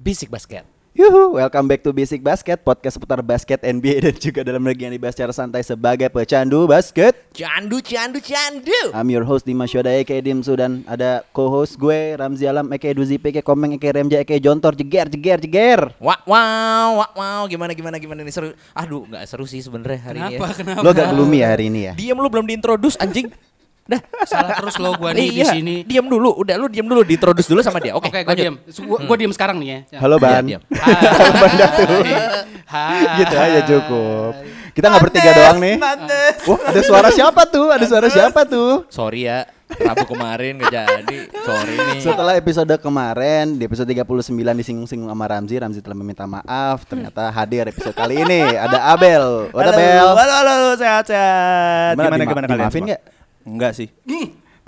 Bisik Basket. Yuhu, welcome back to Basic Basket, podcast seputar basket NBA dan juga dalam negeri yang dibahas secara santai sebagai pecandu basket. Candu, candu, candu. I'm your host Dimas Yoda, aka Dimsu, dan ada co-host gue, Ramzi Alam, aka Duzipi, aka Komeng, aka Remja, aka Jontor, jeger, jeger, jeger. Wah, wow, wah, wow, gimana, gimana, gimana ini seru. Aduh, nggak seru sih sebenarnya hari ini. Kenapa? Ya. Kenapa? Lo agak gloomy ya hari ini ya? Diem lu belum diintroduce anjing. Dah, Salah terus lo gua nih di Iya, sini. Diem dulu, udah lu diem dulu, diintroduce dulu sama dia. Oke, Eh, Oke, gua lanjut. diam. Su- Gua, gua diam sekarang nih ya. Halo Iya, Ban. diam. Hai. Hai. gitu aja cukup. Kita nggak bertiga doang nih. Wah, ada suara siapa tuh? Ada suara siapa tuh? Sorry ya, Rabu kemarin nggak jadi. Sorry nih. Setelah episode kemarin di episode 39 disinggung-singgung sama Ramzi, Ramzi telah meminta maaf. Ternyata hadir episode kali ini ada Abel. What Halo, Abel? Halo, halo, halo, sehat, sehat. Gimana, Eh, Gimana, gimana, dima- kalian dimaafin semua? nggak? Enggak sih.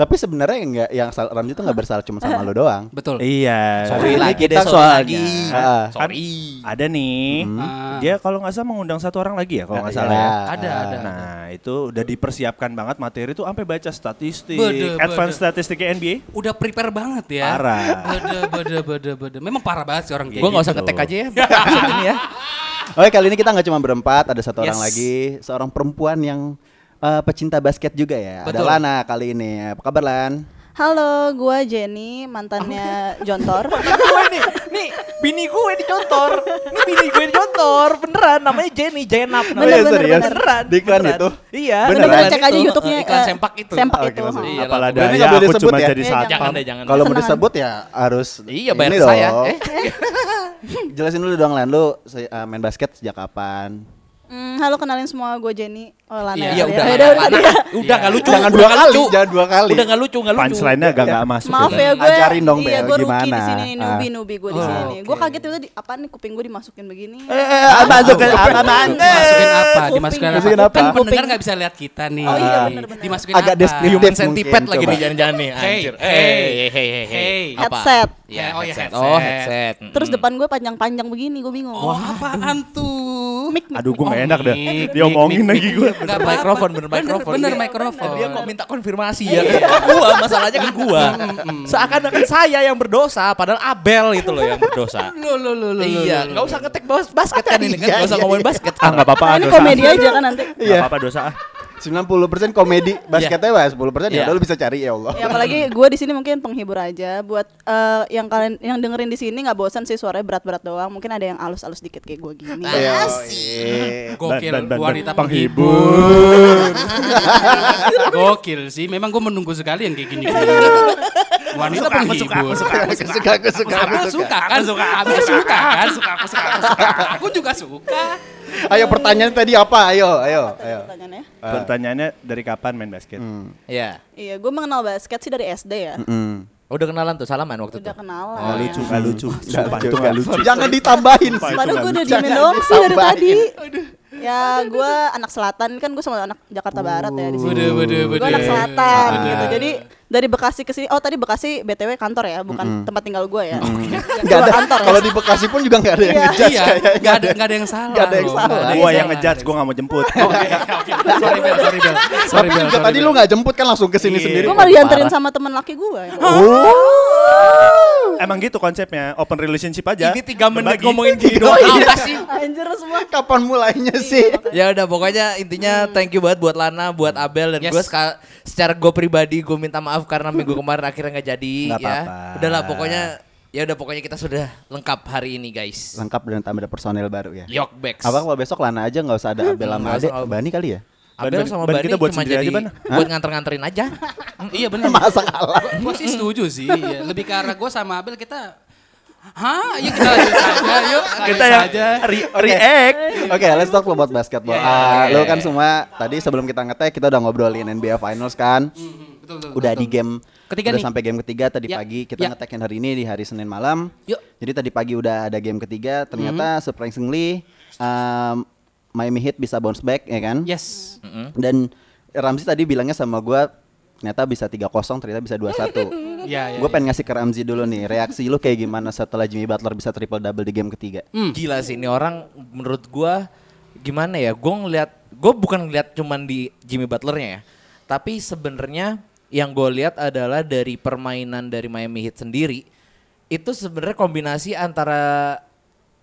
Tapi sebenarnya enggak yang sal- Ramzi tuh nggak bersalah cuma sama lo doang. Betul. Iya. Sorry Ini lagi kita deh, sorry soalnya. lagi. Ah. Sorry. Ada nih. Ah. Dia kalau nggak salah mengundang satu orang lagi ya kalau Hmm. nggak Iya. salah. ya. Ada, ada. Nah, itu udah dipersiapkan banget materi tuh sampai baca statistik, Bede, advance bede. statistiknya Iya NBA. Udah prepare banget ya. Parah. Bede, bede, bede, bede. Memang parah banget sih orang Gue kayak nggak usah gitu. ngetek aja ya. episode ini ya. Oke, kali ini kita nggak cuma berempat, ada satu orang Yes. lagi, seorang perempuan yang eh, pecinta basket juga ya. Ada Betul. Lana kali ini. Apa kabar Lan? Halo, gua Jenny, mantannya Jontor. gue nih, nih bini gue dicontor, nih bini gue dicontor, beneran namanya Jenny Zainab Bener, namanya. Oh iya, bener, serius? beneran, Di iklan beneran. itu? Iya, Beneran? Oh, Beneran iklan cek aja itu. YouTube-nya iklan eh, sempak itu. Sempak Oke, itu. masuk. ha. Iya. Apalah Berarti daya, nggak boleh aku disebut cuma ya? jadi Iya, satpam. Jangan deh, jangan. Kalau mau Senang. disebut ya harus Eh, Iya, ini bayar dong. saya. Eh, Jelasin dulu dong Lan, lu se- eh, main basket sejak kapan? Hmm, halo kenalin semua gua Jenny. Oh, Lana. iya Iya, ya, udah, tadi udah, ya. tadi udah, ya. udah nggak lucu, Jangan udah dua nggak kali, lucu. jangan dua kali. udah nggak lucu, nggak lucu. Punchline-nya agak nggak masuk. Maaf ya. ya gue. Ajarin dong, iya, Bel, gua rookie gimana? di sini, Ah. newbie newbie gue di Oh, sini. Gua oke. kaget itu di apa nih kuping gue dimasukin begini. Eh, masuk ke apaan? Masukin apa? Kuping. Dimasukin apa? Masukin apa? Kan pendengar nggak bisa lihat kita nih. Oh iya, bener-bener. Dimasukin Agak apa? deskriptif. Human Mungkin, centipede lagi coba. nih jangan-jangan nih, Hey, anjir. hey, Hey, hey, hey, hey. hey. Apa? Headset. Iya, Oh, iya, headset. headset. Oh, headset. Mm-mm. Terus depan gue panjang-panjang begini, gue bingung. hmm. Oh, apaan tuh? Mik, mik, Aduh, gue Oh, nggak enak dah. mik, mik, Diomongin mik, lagi mik. gue. Nggak apa-apa. mikrofon, bener Bener, mikrofon. Bener Iya. mikrofon. Dia kok minta konfirmasi ya kan ke gua, masalahnya kan gua. Seakan-akan saya yang berdosa, padahal Abel itu loh yang berdosa. Lo, lo, lo, lo, lo, Iya, lo, nggak lo. usah ngetek bas- basket kan ini kan, Iya, nggak usah iya, ngomongin iya. basket. Ah, nggak apa-apa. Nah, ini dosa. komedi aja kan nanti. Nggak Iya. apa-apa dosa. ah. 90% komedi, basketnya bah, 10% ya Iya. udah lu bisa cari ya Allah. Ya, apalagi gue di sini mungkin penghibur aja buat eh, yang kalian yang dengerin di sini nggak bosan sih suaranya berat-berat doang. Mungkin ada yang alus-alus dikit kayak gue gini. Iya, Asik. Gokil, Ban- ban- ban- wanita ban- penghibur. Gokil sih, memang gue menunggu sekali yang kayak gini. wanita Suka, aku suka, penghibur. aku suka, aku suka. Suka aku suka. aku Abel suka. suka kan? Suka, Abel suka kan? Suka, aku suka, aku suka. Aku juga suka. Ayo pertanyaan tadi apa? Ayo, ayo, ayo. Pertanyaannya. Eh. Pertanyaannya dari kapan main basket? Iya. Oh, Iya, gue mengenal basket sih dari SD ya. Hmm. Udah kenalan tuh, salaman waktu itu. Udah kenalan. Nggak lucu, Hmm. nggak lucu. Sumpah, itu nggak lucu. Jangan ditambahin. Sumpah, itu Padahal nggak gue udah lucu. diemin Jangan doang sih dari ditambahin. tadi. Ya gue anak selatan kan gue sama anak Jakarta Barat ya di sini. Bede, bede, bede. Gue anak selatan Bede. gitu. Jadi dari Bekasi ke sini. Oh tadi Bekasi BTW kantor ya, bukan tempat tinggal gue ya. Enggak ada. Kalau di Bekasi pun juga enggak ada yang Iya. ngejudge Iya, kayaknya. nggak ada, nggak ada yang salah. Nggak ada yang loh, salah. nggak ada Gua yang salah. ngejudge, gua nggak mau jemput. Sorry Bel, sorry Bel. Sorry Tapi Bel, juga sorry, tadi Bel. lu enggak jemput kan langsung ke sini Iya. sendiri. Gue malah dianterin Parah. sama temen laki ya. gue. Oh. Emang gitu konsepnya, open relationship aja. Ini tiga menit Berbagi. ngomongin diri Oh, doang iya. apa sih? Anjir semua. Kapan mulainya sih? Iya. Ya udah pokoknya intinya thank you banget buat Lana, buat Hmm. Abel dan Yes. gue seka- secara gue pribadi gue minta maaf karena minggu kemarin akhirnya nggak jadi Nggak ya. apa-apa. Udahlah pokoknya ya udah pokoknya kita sudah lengkap hari ini guys. Lengkap dan tambah ada personel baru ya. Yokbeks. Apa kalau besok Lana aja nggak usah Hmm. ada Abel Nggak sama usah Ade, Abel. Bani kali ya? Abel Ban- sama ban Bani kita buat cuma sendiri jadi aja, Ban. buat nganter-nganterin aja. Iya benar. Masa kalah. Gue sih setuju sih. iya. Lebih ke arah gue sama Abel kita. Hah? Yuk kita lanjut aja. Yuk Kita lanjut yang aja. re- react. Oke, let's talk about basketball. Iya, iya, Ah, iya, Lo iya. kan semua tadi sebelum kita ngetek kita udah ngobrolin NBA Finals kan. Betul, Hmm, betul, Udah betul. di game Ketiga udah nih. sampai game ketiga tadi Ya, pagi kita ya. ngetekin hari ini di hari Senin malam. Yuk. Hmm. Jadi tadi pagi udah ada game ketiga. Ternyata surprisingly um, Miami Heat bisa bounce back ya kan. Yes. Dan Ramzi tadi bilangnya sama gua ternyata bisa 3-0 ternyata bisa 2-1. Iya, iya. gue pengen ngasih ke Ramzi dulu nih reaksi lu kayak gimana setelah Jimmy Butler bisa triple double di game ketiga Gila sih ini orang menurut gua gimana ya? Gua ngeliat gua bukan ngeliat cuman di Jimmy Butlernya ya. Tapi sebenarnya yang gue lihat adalah dari permainan dari Miami Heat sendiri itu sebenarnya kombinasi antara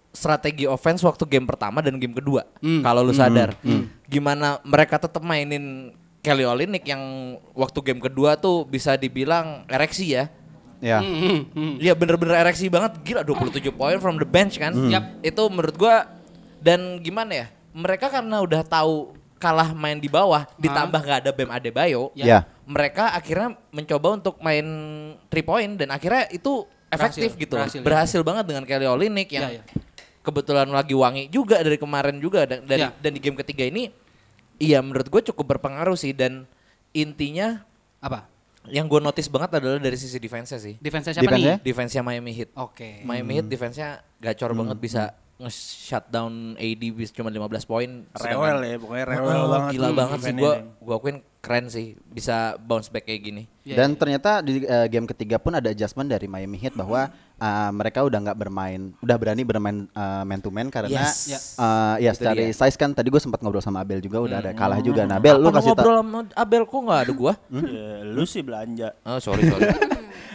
strategi offense waktu game pertama dan game kedua. Hmm. Kalau lu sadar, gimana mereka tetap mainin Kelly Olynyk yang waktu game kedua tuh bisa dibilang ereksi ya. Ya. Hmm, hmm. Iya bener-bener ereksi banget gila 27 poin from the bench kan. Yap. Itu menurut gua dan gimana ya? Mereka karena udah tahu kalah main di bawah Ah. ditambah nggak ada Bam Adebayo. Ya. Ya. Mereka akhirnya mencoba untuk main three point dan akhirnya itu efektif Berhasil, gitu. berhasil, Berhasil, ya. banget dengan Kelly Olynyk yang Ya, ya. kebetulan lagi wangi juga dari kemarin juga dan dari- Ya. dan di game ketiga ini iya menurut gue cukup berpengaruh sih dan intinya Apa? yang gue notice banget adalah dari sisi defense-nya sih. Defense siapa Defense-nya? nih? Defense-nya Miami Heat. Oke. Miami Heat defense-nya gacor banget bisa nge-shutdown AD bisa cuma 15 poin. Rewel Sedangkan- ya, pokoknya rewel Oh, banget. Gila Hmm, banget sih event gua ini. gua akuin keren sih bisa bounce back kayak gini. Ya, Dan ya. ternyata di eh, game ketiga pun ada adjustment dari Miami Heat bahwa eh, mereka udah nggak bermain, udah berani bermain eh, man to man karena Yes. ya Ya. yes Itu dari dia. size kan tadi gue sempat ngobrol sama Abel juga udah ada kalah juga. Nah, Abel lu Apa kasih tau. ngobrol sama Abel kok nggak ada gua? Ya, lu sih belanja. Oh, sorry sorry.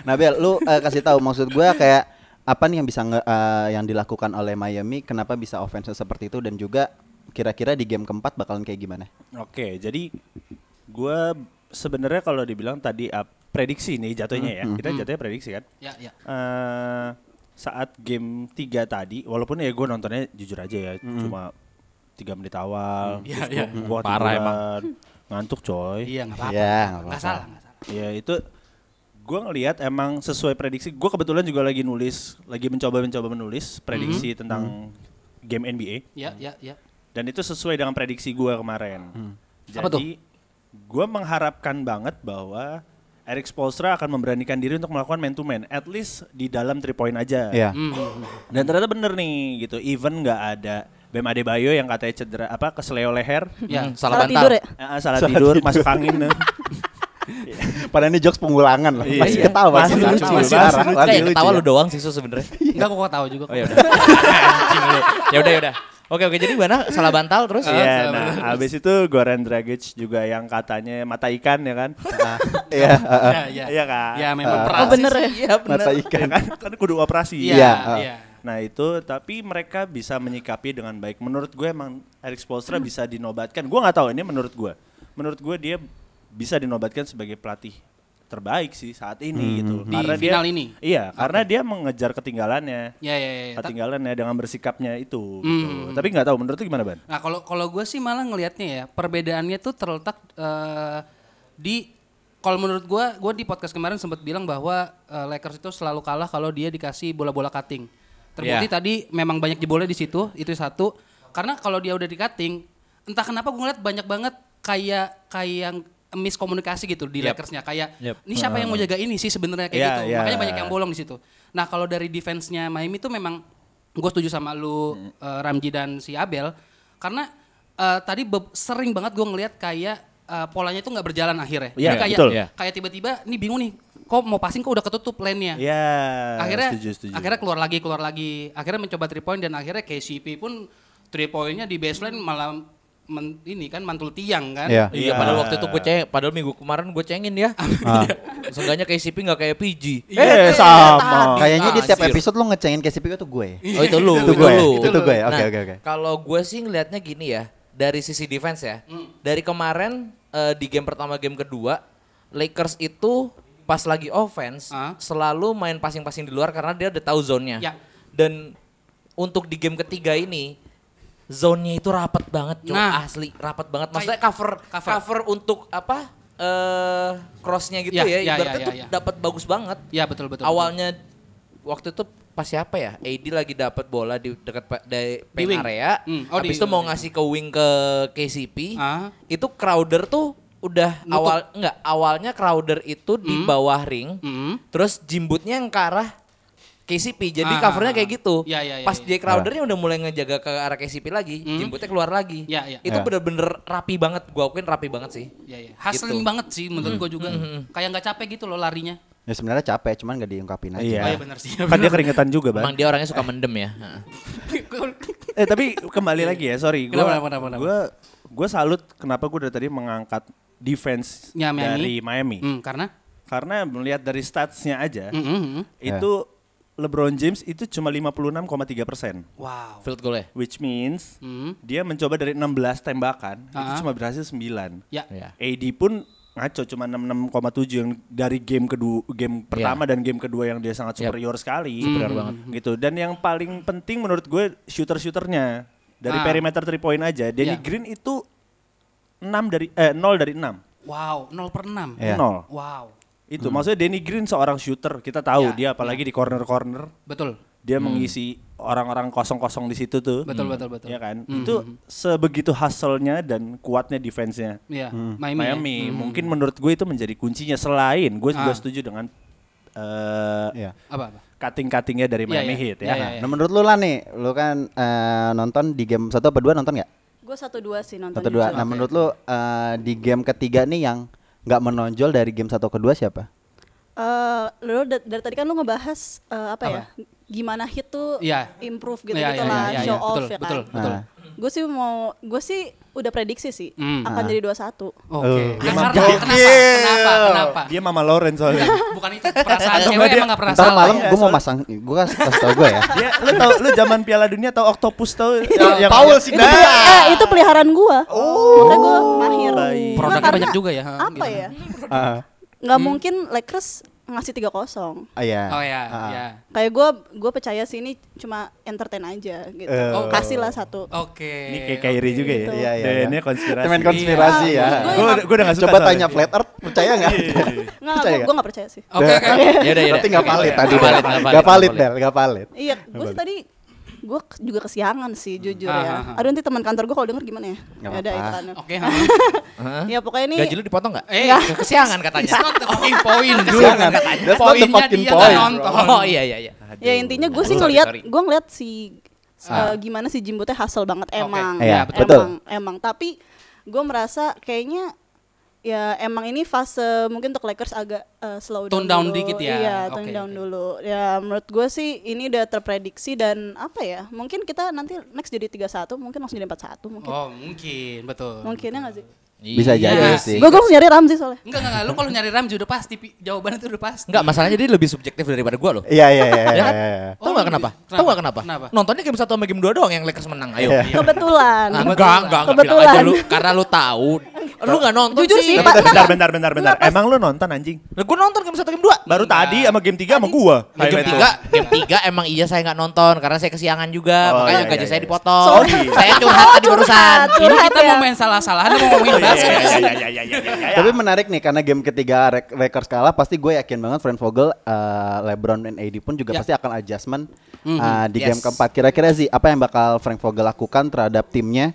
Nah, Bel, lu eh, kasih tahu maksud gue kayak apa nih yang bisa nge- eh, yang dilakukan oleh Miami? Kenapa bisa offense seperti itu dan juga kira-kira di game keempat bakalan kayak gimana? Oke, jadi gua sebenarnya kalau dibilang tadi ah, prediksi nih jatuhnya ya. Kita jatuhnya prediksi kan. Ya, ya. eh saat game 3 tadi, walaupun ya gue nontonnya jujur aja ya, cuma 3 menit awal, Iya, terus Hmm. iya. gua- gua Parah emang. ketiduran, ngantuk coy. Iya, enggak apa-apa. Iya, nggak Nggak apa-apa. salah, nggak salah. Ya itu gue ngelihat emang sesuai prediksi, gue kebetulan juga lagi nulis, lagi mencoba-mencoba menulis prediksi Hmm. tentang game NBA Ya, ya, ya. dan itu sesuai dengan prediksi gue kemarin. Hmm. Apa tuh? Jadi gue mengharapkan banget bahwa Eric Spoelstra akan memberanikan diri untuk melakukan man to man, at least di dalam three point aja. Iya. Dan ternyata bener nih gitu, even nggak ada Bem Adebayo yang katanya cedera apa kesleo leher, Ya. Salah Salah tidur bantal. ya? eh, eh, salah tidur, masuk angin. Padahal ini jokes pengulangan lah. Iya. Masih ketawa, Masih parah, lucu, masih parah, lucu. parah. Kayak ketawa lu doang sih Su, sebenarnya. Enggak kok tahu juga. Oh ya udah. Ya udah ya udah. Oke oke jadi gimana? Ah, Salah bantal terus? Iya, nah abis itu Goran Dragic juga yang katanya mata ikan ya kan? Iya, heeh. Ya, ya. Iya kan? Ya, memang peran. Oh bener ya? Iya mata benar. Ya ikan. kan? Kan kudu operasi. Iya, Iya, iya. Nah itu tapi mereka bisa menyikapi dengan baik. Menurut gue emang Eric Spoelstra bisa dinobatkan. Gue nggak tahu ini menurut gue. Menurut gue dia bisa dinobatkan sebagai pelatih terbaik sih saat ini gitu. Di final ini? Iya, karena dia mengejar ketinggalannya. Ya, ya, ya, ya. Ta- Hmm. Ketinggalannya dengan bersikapnya itu. gitu. Tapi nggak tahu menurut lu gimana ban? Nah kalau kalau gue sih malah ngelihatnya ya perbedaannya tuh terletak eh, di kalau menurut gue gue di podcast kemarin sempat bilang bahwa eh, Lakers itu selalu kalah kalau dia dikasih bola-bola cutting. Terbukti Iya. tadi memang banyak jebolnya di situ itu satu. Karena kalau dia udah di cutting entah kenapa gue ngeliat banyak banget kayak kayak miskomunikasi gitu di Yap. Lakersnya kayak Yap. ini siapa yang mau jaga ini sih sebenarnya kayak Iya, gitu iya. makanya banyak yang bolong di situ. Nah kalau dari defense-nya Miami itu memang gue setuju sama lu Hmm. eh, Ramji dan si Abel karena eh, tadi be- sering banget gue ngelihat kayak eh, polanya itu nggak berjalan akhirnya. Iya, Jadi kayak betul. Iya. kayak tiba-tiba nih bingung nih kok mau passing kok udah ketutup lane-nya. Ya. Eh, akhirnya setuju, setuju. akhirnya keluar lagi keluar lagi akhirnya mencoba three point dan akhirnya KCP pun three point-nya di baseline malah men- ini kan mantul tiang kan. Iya. Iya Iya. padahal waktu itu gue ceng, padahal minggu kemarin gue cengin ya. Seenggaknya kayak CP nggak kayak Iya, PG. eh sama. Kayaknya di tiap Ah, Anjir. episode lu ngecengin KCP itu gue. ya? Oh itu lu, Itu gue ya, lu. itu gue ya, oke, Nah, oke, oke. Kalau gue sih ngelihatnya gini ya, dari sisi defense ya. Hmm. Dari kemarin eh, di game pertama game kedua, Lakers itu pas lagi offense Ah. selalu main passing-passing di luar karena dia udah tahu zonnya. Ya. Dan untuk di game ketiga ini zonnya itu rapat banget, cuy. Nah. asli rapat banget. Maksudnya cover cover. cover, untuk apa? eh crossnya gitu Ya, ya, ya, ya, ibaratnya ya, tuh ya. dapat bagus banget Iya betul betul. betul. awalnya waktu itu pas siapa ya? AD lagi dapat bola di dekat pa- dari paint wing. area. Hmm. Oh, di- habis itu mau ngasih ke wing ke KCP. Ah. Itu Crowder tuh udah Nutup. awal enggak awalnya Crowder itu di bawah ring. Hmm. Terus jimbutnya yang ke arah KCP. Jadi Ah, covernya ah, kayak ah. gitu. Ya, ya, ya, Pas ya. Hmm. dia Crowdernya udah mulai ngejaga ke arah KCP lagi, jimbutnya keluar lagi. Ya, ya. Itu bener-bener rapi banget. Gua akuin rapi banget sih. Ya, ya. Hustling Gitu. banget sih menurut gue juga. Kayak nggak capek gitu loh larinya. Ya sebenarnya capek, cuman gak diungkapin aja. Iya. Oh iya benar sih. Kan dia keringetan juga ban. Emang dia orangnya suka mendem ya. Heeh. eh tapi kembali lagi ya sorry gue Iya. Kenapa, kenapa, kenapa? gue gue salut kenapa gue dari tadi mengangkat defense Ya, Miami. dari Miami Hmm, karena hmm, karena melihat dari statsnya aja Mm, mm, mm. itu LeBron James itu cuma 56,3 persen. Wow. Field goal ya? Which means Hmm. dia mencoba dari 16 tembakan itu Ah. cuma berhasil 9. Ya. Iya. AD pun ngaco cuma 66,7 yang dari game kedua Iya. game pertama dan game kedua yang dia sangat Yap. superior sekali. Mm-hmm. Superior banget. Gitu. Dan yang paling penting menurut gue shooter-shooternya dari Ah. perimeter 3 point aja. Danny Iya. Green itu 6 dari eh 0 dari 6. Wow, 0 per 6. Iya. 0. Wow. Itu maksudnya Danny Green seorang shooter, kita Mm-hmm. Iya, tahu Mm-hmm. dia apalagi di corner-corner Betul. dia mengisi orang-orang kosong-kosong di situ tuh. Betul, betul, betul. Iya kan? Itu sebegitu hustle-nya dan kuatnya defense-nya. Iya, Miami. ya? Hmm. Miami mungkin menurut gue itu menjadi kuncinya selain gue juga Ah. setuju dengan eh Iya. Apa apa? cutting-cuttingnya dari Iya, Miami iya. Heat ya. Iya, iya, iya. Nah, menurut lu lah nih, lu kan eh, nonton di game satu apa dua nonton nggak? Gue satu dua sih nonton. Satu dua. Nah, menurut lu eh, di game ketiga nih yang nggak menonjol dari game satu ke dua siapa? eh, lu da- dari tadi kan lu ngebahas eh, apa, ya? Gimana hit tuh Iya. improve gitu Iya, iya, gitu lah, iya, iya. show off Betul, ya kan. betul, betul. Nah. Gue sih mau, gue sih udah prediksi sih Hmm. akan jadi dua satu. Oke. Nah, Dia mah karena- gokil. kenapa? Kenapa? Kenapa? Dia Mama Lauren soalnya. Bukan itu perasaan cewek Enggak, dia- emang gak pernah Ntar salah. malam ya, gue mau soalnya- pasang, gue kasih tau gue ya. dia lu tau lu zaman Piala Dunia tau Octopus tau Iya. Paul sih. Itu, pelihara- eh, itu peliharaan gue. Oh. Makanya gue mahir. Baik. Cuma Produknya karena banyak juga ya. Hmm. ha, Apa gitu. ya? Ah, Nggak mungkin Lakers ngasih 3-0. ah, iya. Oh ya, Ah, ah. ya. Kayak gue, gue percaya sih ini cuma entertain aja gitu. Oh. Kasih lah satu. Oke. Ini kayak Kyrie juga ya. Iya, iya, iya. Ini konspirasi. Temen konspirasi Iya. ya. Gua- Gue gue udah gak suka. Coba soalnya. Iya. tanya flat earth, percaya nggak? Nggak, Percaya gue nggak? nggak percaya sih. Oke, oke. Ya udah, ya udah. Berarti nggak Oke, valid oke. tadi. Nggak valid, nggak valid, Nggak valid, Del. Nggak valid. Iya, gue sih tadi gue juga kesiangan sih jujur Ah, ah, Oh. ya. ah. Aduh nanti teman kantor gue kalau denger gimana ya? Nggak Ya udah apa-apa. itu kan. Oke, ha. Hah? Ya pokoknya ini Gaji lu dipotong nggak? Eh, kesiangan katanya. It's not the fucking point dulu Jangan. katanya. That's not the Poinnya fucking dia nggak point. nonton. Oh iya iya iya. ya intinya gue sih Sorry, ngelihat sorry. gue ngelihat si eh, gimana si Jimbutnya hustle banget emang. Iya, emang, betul. emang. Tapi gue merasa kayaknya ya emang ini fase mungkin untuk Lakers agak eh, slow Tone down down, dulu. dikit ya. Iya, tone Oke, down oke. dulu. Ya menurut gue sih ini udah terprediksi dan apa ya? Mungkin kita nanti next jadi 3-1, mungkin langsung jadi 4-1 mungkin. Oh, mungkin, betul. Mungkinnya nggak sih? Bisa Iya. jadi Oh, Iya. sih. Gue gue nyari Ramzi soalnya. Enggak, enggak, enggak. Lu kalau nyari Ramji udah pasti pi- jawabannya itu udah pasti. Enggak, masalahnya dia lebih subjektif daripada gua loh. Iya, iya, iya, Ya iya. kan? iya, iya. Tahu Oh, nggak lebih- kenapa? Tahu nggak kenapa? kenapa? Kenapa? Nontonnya game satu sama game dua doang yang Lakers menang. Ayo. Iya. Kebetulan. Ah, enggak, enggak, enggak bilang aja Kebetulan. lu karena lu tahu. Lu enggak nonton Jujur sih, Pak. Bentar, bentar, bentar, bentar, bentar. Emang lu nonton anjing? Lah gua nonton game satu game dua. Baru Enggak. tadi sama game 3 sama gua. Nah, game Highlight tuh. tiga, game tiga emang iya saya nggak nonton karena saya kesiangan juga, Oh, makanya iya, gaji iya, saya iya. dipotong. Sorry. Saya curhat tadi barusan. Ini Curhat kita ya. mau main salah-salahan mau ngomongin Oh, iya, basket. iya, iya, iya, iya, iya, iya, Ya. iya. Tapi menarik nih karena game ketiga Rek- Lakers kalah pasti gue yakin banget Frank Vogel, eh, LeBron dan AD pun juga Ya. pasti akan adjustment Mhm. eh, di game Yes. keempat. Kira-kira sih apa yang bakal Frank Vogel lakukan terhadap timnya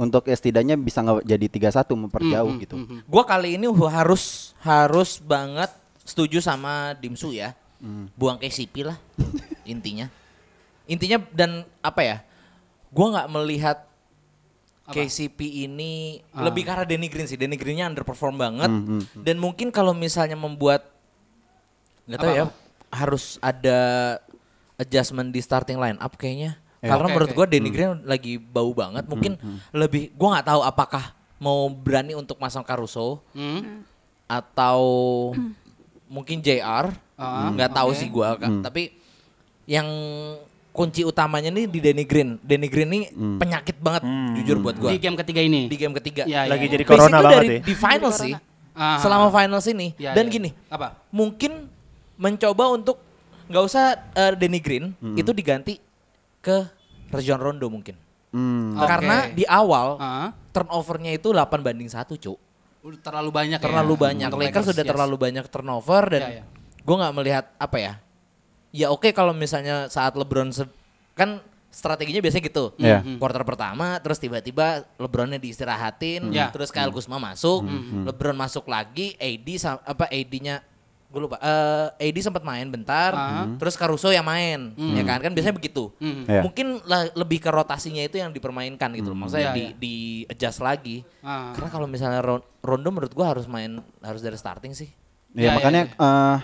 untuk ya, setidaknya bisa nge- jadi 3-1 memperjauh Mhm, gitu. Gua kali ini hu- harus harus banget setuju sama Dimsu ya. Buang KCP lah intinya. Intinya dan apa ya? Gua nggak melihat Apa? KCP ini Ah. Hmm, lebih karena Danny Green sih. Danny Greennya underperform banget dan mungkin kalau misalnya membuat nggak tahu ya Apa-apa? harus ada adjustment di starting line up kayaknya. Karena Iya. Oke, menurut oke. Hmm. gua Danny Green lagi bau banget, mungkin lebih gua nggak tahu apakah mau berani untuk masang Caruso Hmm. atau mungkin JR Ah, nggak tahu oke. sih gua Kak. tapi yang kunci utamanya nih di Danny Green Danny Green nih penyakit banget jujur buat gua Hmm. Di di, game ketiga ini. game ketiga Iya, iya, Lagi iya. jadi Basic corona tuh banget dari, ya. di final sih Ah. selama final sini Iya, dan iya. gini Apa? mungkin mencoba untuk nggak usah eh, Danny Green itu diganti ke Rajon Rondo mungkin Hmm. Oke. karena di awal Ah. turnovernya itu 8 banding satu cuk Udah terlalu banyak ya. terlalu banyak. Untuk Lakers sudah yes. terlalu banyak turnover dan Ya, ya. gue nggak melihat apa ya. Ya oke kalau misalnya saat LeBron se- kan strateginya biasanya gitu. Iya. Hmm, Quarter pertama terus tiba-tiba LeBronnya diistirahatin, Ya. terus Kyle Kuzma masuk, Hmm, LeBron masuk lagi, AD sa- apa AD-nya gue lupa. eh AD sempat main bentar, Ah. terus Caruso yang main, ya kan? Kan biasanya begitu. Hmm. Eh, Iya. Hmm. Mungkin la- lebih ke rotasinya itu yang dipermainkan gitu loh. Maksudnya Iya, Ya, di di adjust lagi. Ah. Karena kalau misalnya Ron- Rondo menurut gua harus main harus dari starting sih. Ya, Ya, makanya eh,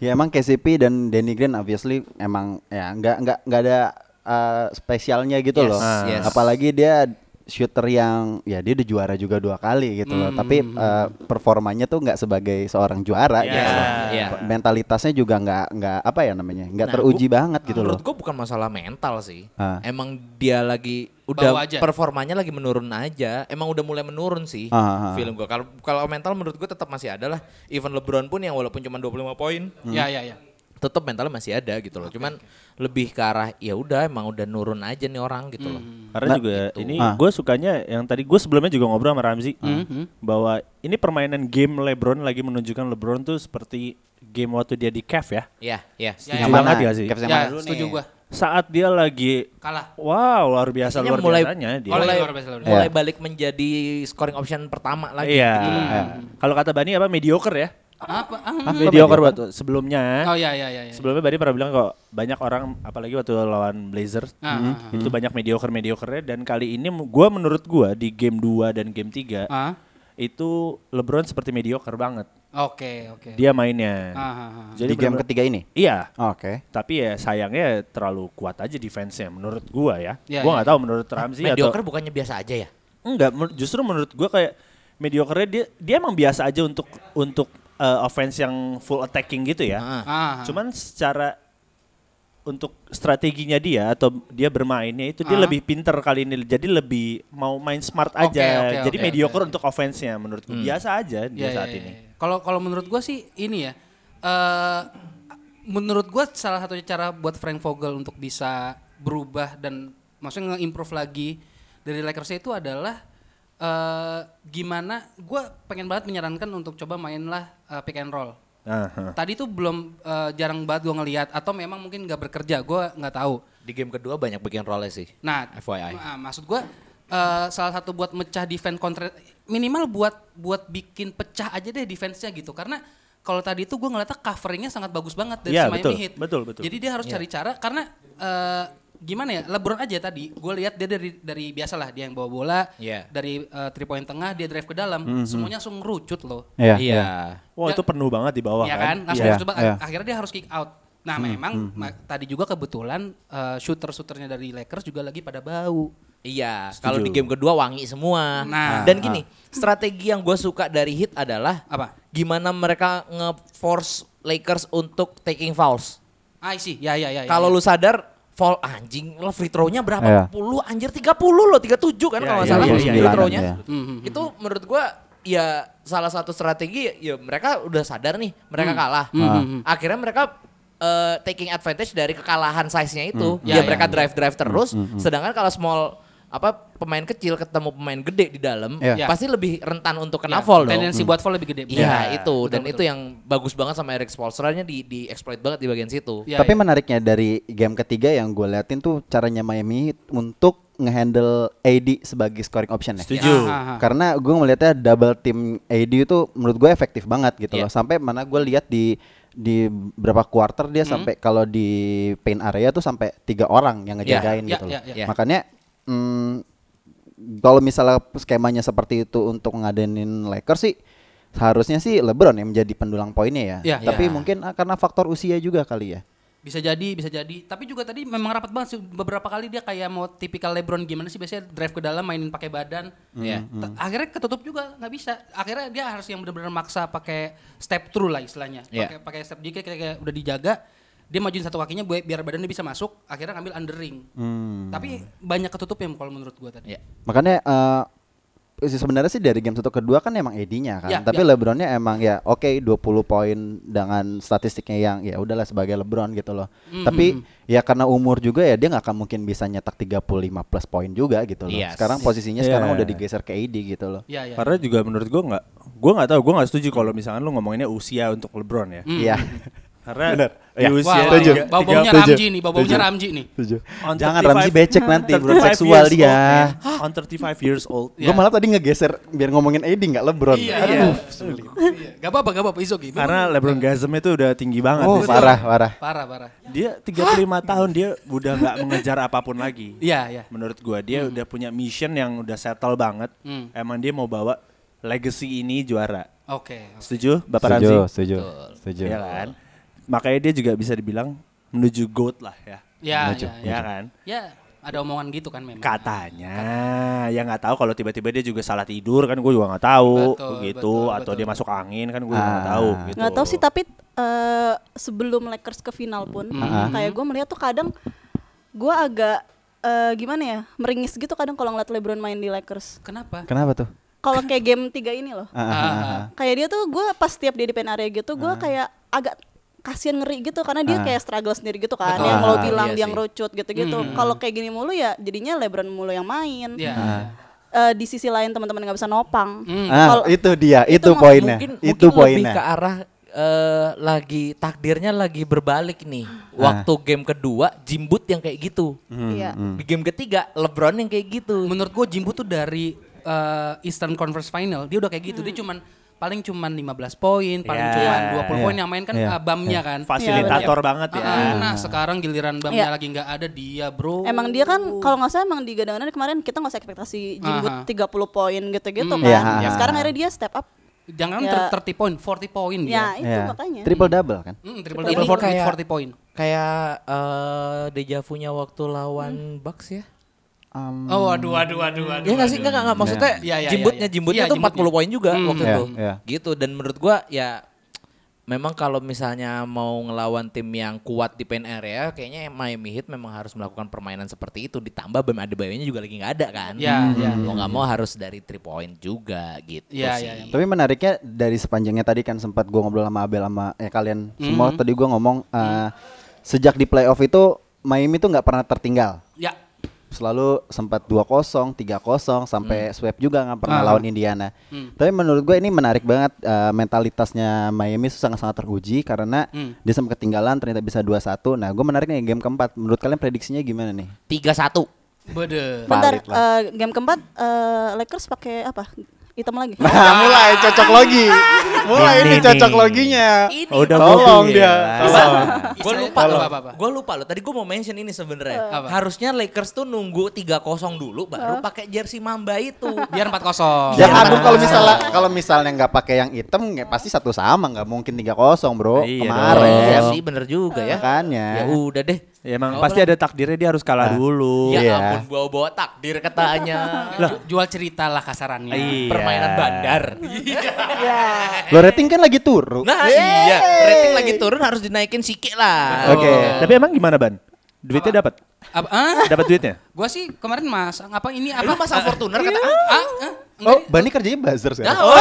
ya emang KCP dan Danny Green obviously emang ya nggak nggak nggak ada eh, spesialnya gitu Yes, loh. Ah. yes. Apalagi dia shooter yang ya dia udah juara juga dua kali gitu loh. Tapi eh, performanya tuh nggak sebagai seorang juara Iya. gitu loh. Iya. Mentalitasnya juga nggak nggak apa ya namanya nggak Nah, teruji bu- banget gitu loh. Menurut gue bukan masalah mental sih. Ah. Emang dia lagi Bawa udah aja. performanya lagi menurun aja. Emang udah mulai menurun sih Ah, ah, ah. film gue. Kalau kalau mental menurut gue tetap masih ada lah. Even LeBron pun yang walaupun cuma 25 poin hmm. Ya ya ya. tetap mentalnya masih ada gitu loh. Cuman lebih ke arah ya udah emang udah nurun aja nih orang gitu loh. Hmm. Karena Nah, juga gitu. ini Ah. gue sukanya yang tadi gue sebelumnya juga ngobrol sama Ramzi Hmm, Hmm. bahwa ini permainan game LeBron lagi menunjukkan LeBron tuh seperti game waktu dia di Cavs ya. Ya, ya. Iya, Setuju Yang banget mana? gak sih? Caps yang Ya, mana? setuju gua. Saat dia lagi Kalah. wow luar biasa Kayaknya luar mulai biasanya dia. Mulai- mulai, luar biasa, luar biasa. Iya. mulai balik menjadi scoring option pertama lagi. Iya. Kalau kata Bani apa mediocre ya? Apa? Ah, Hah? mediocre buat sebelumnya. Oh ya ya ya. ya. Sebelumnya Bani pernah bilang kok banyak orang apalagi waktu lawan Blazers Ah, mhm, ah, itu banyak mediocre mediocre dan kali ini gua menurut gua di game 2 dan game 3 Ah, itu LeBron seperti mediocre banget Oke oke. dia mainnya. Ah, ah, ah. Di game bener-bener- ketiga ini. Iya. Oke. Tapi ya sayangnya terlalu kuat aja defense-nya menurut gua ya. Iya, gua iya. nggak tahu menurut Ah, Ramzi atau Mediocre bukannya biasa aja ya? Enggak, menur- justru menurut gua kayak mediocre dia dia emang biasa aja untuk untuk uh, offense yang full attacking gitu ya. Ah. Ah, ah. Cuman secara untuk strateginya dia atau dia bermainnya itu dia Ah. lebih pinter kali ini. Jadi lebih mau main smart aja. Oke, oke, Jadi oke, mediocre untuk offense-nya menurut Hmm. gua biasa aja dia Ya, ya, saat ya, ini. ya. Kalau kalau menurut gua sih ini ya. eh menurut gua salah satu cara buat Frank Vogel untuk bisa berubah dan maksudnya nge-improve lagi dari Lakers itu adalah eh gimana gua pengen banget menyarankan untuk coba mainlah eh, pick and roll. Aha. Tadi tuh belum eh, jarang banget gua ngelihat atau memang mungkin nggak berkerja, gua nggak tahu. Di game kedua banyak bikin role sih. Nah, FYI. ma- maksud gua eh, salah satu buat mecah defense kontra minimal buat buat bikin pecah aja deh defense-nya gitu karena kalau tadi itu gua ngeliatnya coveringnya sangat bagus banget dari Iya, si Miami betul, Heat. betul, betul. Iya. Jadi dia harus cari cara karena eh, gimana ya LeBron aja tadi gue lihat dia dari dari biasalah dia yang bawa bola Iya. dari eh, three point tengah dia drive ke dalam Mhm. semuanya langsung ngerucut loh Iya. Iya. Wah, itu penuh banget di bawah ya kan. Mhm. kan langsung Iya, coba iya. akhirnya dia harus kick out nah memang ma- tadi juga kebetulan shooter shooternya dari Lakers juga lagi pada bau Iya, Setuju. kalau di game kedua wangi semua. Nah. Dan gini, strategi yang gue suka dari Heat adalah apa gimana mereka nge-force Lakers untuk taking fouls. I see. Ya ya ya. ya, Kalau ya. lu sadar, foul anjing, lo free throw-nya Iya. berapa? 10 anjir 30 lo, 37 kan Iya, kalau nggak iya, salah iya, iya, free iya. throw-nya. Hmm, Iya. Itu menurut gua ya salah satu strategi ya mereka udah sadar nih, mereka Hmm. kalah. Akhirnya mereka eh, taking advantage dari kekalahan size-nya itu. Hmm. Ya, Ya, ya, mereka drive-drive terus, sedangkan kalau small apa pemain kecil ketemu pemain gede di dalam Iya. pasti lebih rentan untuk kena Ya, foul dong. Tendensi buat fall lebih gede. Iya Betul, itu dan betul. itu yang bagus banget sama Eric Spoelstra-nya di di exploit banget di bagian situ. Ya, Tapi ya. menariknya dari game ketiga yang gue liatin tuh caranya Miami Heat untuk ngehandle AD sebagai scoring option ya. Setuju. Ah, ah, ah. Karena gue ngelihatnya double team AD itu menurut gue efektif banget gitu Iya. loh. Sampai mana gue lihat di di berapa quarter dia sampai kalau di paint area tuh sampai tiga orang yang ngejagain Iya, gitu iya, loh. iya, iya. Makanya mm, kalau misalnya skemanya seperti itu untuk ngadenin Lakers sih harusnya sih LeBron yang menjadi pendulang poinnya ya. Iya. Tapi Iya. mungkin ah, karena faktor usia juga kali ya. bisa jadi, bisa jadi. Tapi juga tadi memang rapat banget sih beberapa kali dia kayak mau tipikal LeBron gimana sih biasanya drive ke dalam mainin pakai badan. Iya. Ta- Akhirnya ketutup juga nggak bisa. Akhirnya dia harus yang benar-benar maksa pakai step through lah istilahnya. Iya. Pakai pakai step dikit kayak, kayak udah dijaga dia majuin satu kakinya buat- biar badannya bisa masuk, akhirnya ngambil under ring. Tapi banyak ketutup ya kalau menurut gua tadi. Hmm. Iya. Makanya eh, se- sebenarnya sih dari game satu ke dua kan emang AD-nya kan. Ya, Tapi ya. LeBron-nya emang ya oke 20 poin dengan statistiknya yang ya udahlah sebagai LeBron gitu loh. Tapi ya karena umur juga ya dia nggak akan mungkin bisa nyetak 35 plus poin juga gitu loh. Yes. Sekarang posisinya Iya. sekarang udah digeser ke AD gitu loh. Iya, iya. Karena juga menurut gua nggak, gua nggak tahu, gua nggak setuju kalau misalkan lu ngomonginnya usia untuk LeBron ya. Iya. Karena di usia Hmm. Wah, wah, tiga- wah, bau-baunya tiga- Ramji nih, bau-baunya Ramji nih. on Jangan 35 Ramzi becek nanti bro 35 seksual years dia. old, man. On 35 years old. Gue malah tadi ngegeser biar ngomongin AD nggak LeBron. Iya, Aduh, iya. Iya, Gak apa-apa, gak apa-apa, it's okay. Karena LeBron Gazem itu udah tinggi banget. Oh, Dia- parah, parah. Parah, parah. Dia 35 tahun dia udah nggak mengejar apapun lagi. Iya, iya. Menurut gua dia udah punya mission yang udah settle banget. Hmm. Emang dia mau bawa legacy ini juara. Oke. Setuju, Bapak Ramzi? setuju, setuju. Iya kan? Makanya dia juga bisa dibilang menuju GOAT lah ya. Ya, ya, ya. Ya kan? Ya, ada omongan gitu kan memang. Katanya, Nah, ya nggak tahu kalau tiba-tiba dia juga salah tidur kan gue juga nggak tahu Betul, begitu betul, atau betul. dia masuk angin kan gue juga nggak Ah. tahu gitu. nggak tahu sih tapi eh, sebelum Lakers ke final pun Mm-hmm. kayak gue melihat tuh kadang gue agak eh, gimana ya meringis gitu kadang kalau ngeliat LeBron main di Lakers Kenapa? Kenapa tuh? kalau kayak game 3 ini loh Ah, ah, ah, ah. kayak dia tuh gue pas tiap dia di pen area gitu gue Ah. kayak agak kasihan ngeri gitu karena dia kayak struggle sendiri gitu kan Betul. yang Ah, lo Mm-hmm. bilang iya dia sih. ngerucut gitu-gitu kalau kayak gini mulu ya jadinya LeBron mulu yang main Iya. Ya. Ah. Eh, di sisi lain teman-teman nggak bisa nopang Mm. Ah, Kalau- itu dia, itu, itu mah poinnya. mungkin itu mungkin lebih poinnya. ke arah eh, lagi takdirnya lagi berbalik nih. Ah. Waktu game kedua Jimbut yang kayak gitu. Hmm, Iya. Di game ketiga LeBron yang kayak gitu. Menurut gue Jimbo tuh dari eh, Eastern Conference Final dia udah kayak gitu. Dia Hmm. cuman paling cuman 15 poin, paling Ya. cuman 20 poin Iya. yang main kan Iya. eh, Bamnya kan. Fasilitator banget ya. Ah, Nah, sekarang giliran Bamnya Iya. lagi nggak ada dia, Bro. Emang dia kan kalau nggak salah emang di gadang kemarin kita nggak usah ekspektasi jimbut Aha. 30 poin gitu-gitu Hmm. kan. Iya, Ya, iya. Sekarang akhirnya dia step up. jangan Ya. ter- 30 poin, 40 poin dia. Ya, itu Iya. makanya. Triple double kan? Mm, triple Ini double 40, kayak- 40 poin. Kayak eh deja vu-nya waktu lawan Bucks ya. Um, Oh, aduh aduh aduh aduh. Ya nggak sih, nggak nggak nggak. maksudnya Iya, iya, iya, jimbutnya iya. jimbutnya Iya, tuh 40 jimbutnya. poin juga Hmm. waktu Iya, itu. iya. Gitu dan menurut gua ya memang kalau misalnya mau ngelawan tim yang kuat di pen area ya, kayaknya Miami Heat memang harus melakukan permainan seperti itu ditambah Bam Adebayo-nya juga lagi nggak ada kan. Hmm. Ya, ya. Mau nggak mau harus dari three point juga gitu Iya, sih. iya, iya. Tapi menariknya dari sepanjangnya tadi kan sempat gua ngobrol sama Abel sama ya kalian semua tadi gua ngomong eh, sejak di playoff itu Miami tuh nggak pernah tertinggal. Ya. Selalu sempat 2-0, 3-0 sampai sweep juga nggak pernah lawan Indiana. Tapi menurut gua ini menarik banget eh, mentalitasnya Miami tuh sangat-sangat teruji karena dia sempat ketinggalan ternyata bisa 2-1. Nah, gua menarik nih game keempat. Menurut kalian prediksinya gimana nih? Tiga satu. Bede. Bentar, Valid lah. eh, game keempat eh, Lakers pakai apa? Hitam lagi. Nah, mulai cocok logi. Mulai ini cocok loginya. Iya. Oh, Udah ya. Tolong gua- dia, Gila. tolong. Nah. Gue Istilahnya lupa apa, loh. apa, apa? Gue lupa loh. Tadi gue mau mention ini sebenarnya. Apa? Harusnya Lakers tuh nunggu 3-0 dulu baru pakai jersey Mamba itu. Iya Biar 4-0. Ya aduh kalau misalnya kalau misalnya nggak pakai yang hitam nggak pasti satu sama nggak mungkin 3-0 bro Iya kemarin kan, Iya sih bener juga ya. makanya Ya udah deh. Ya, emang Nggak pasti ada takdirnya dia harus kalah dulu. Ya Iya. ampun bawa-bawa takdir katanya. Ju- Jual cerita lah kasarannya. Iya. Permainan bandar. Iya. lo rating kan lagi turun Nah Yeay. iya, rating lagi turun harus dinaikin sikit lah. oke Tapi emang gimana ban? Duitnya dapat? Apa? ah? Dapat duitnya? Gua sih kemarin mas, apa ini Lu apa? masa Fortuner kata Ah, ah, oh Bani kerjanya buzzer sekarang Oh,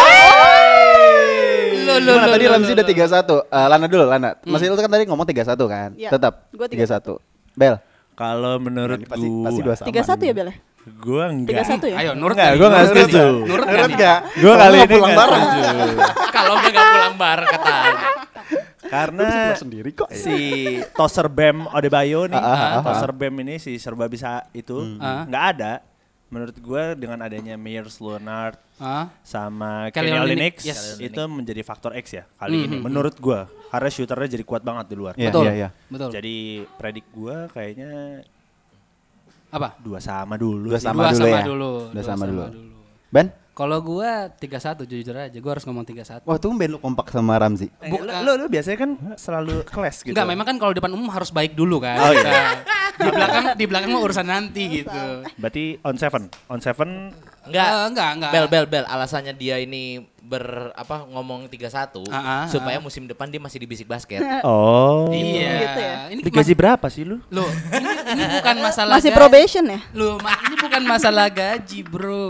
Lo, lo, Gimana lo, tadi lo, Ramzi lo, udah lo. 3-1 Eh, Lana dulu Lana masih lu kan tadi ngomong 3-1 kan Iya. tetap Gua 3-1 Bel Kalau menurut ini pasti pasti dua gue, sama Tiga satu ya Bel? gue enggak. Tiga satu ya. hmm, Ayo, nurut Enggak, nggak gua nih? nggak Nurut nggak setuju. nih? Nurut nggak Menurut nih? nggak Gue Kalau kali nggak ini pulang nggak bareng setuju. kalau enggak enggak pulang bar katanya. Karena Pulang sendiri kok si Toser Bam Adebayo nih, Ah, ah, Hmm. ah, Toser Bam ini si serba bisa itu Ah. nggak ada. Menurut gue dengan adanya Myers Leonard Ah, sama Kelly Kelly Olynyk, Olynyk yes. itu menjadi faktor X ya kali ini menurut gue karena shooternya jadi kuat banget di luar. Iya, betul. iya, iya. Betul. Jadi predik gue kayaknya apa? dua sama dulu. dua sih. sama Dua dulu sama ya dulu, dua dua sama sama dulu dulu. Ben Kalau gua 3-1 jujur aja, gua harus ngomong 3-1. Wah tumben lu kompak sama Ramzi Eh, Bu- lu, lu, lu biasanya kan selalu kelas gitu. Enggak, memang kan kalau depan umum harus baik dulu kan. Oh, iya. Nah, di belakang di belakang mah urusan nanti gitu. Berarti on seven, on seven Enggak. Eh, enggak, enggak. Bel bel bel alasannya dia ini ber apa ngomong 31 Ah, ah, supaya musim depan dia masih di bisik basket. Nah. Oh. Iya. Gitu ya. Eh. Ini Digaji berapa sih lu? Loh, ini, ini bukan masalah Masih gaji. probation ya? Loh, ma- ini bukan masalah gaji, Bro.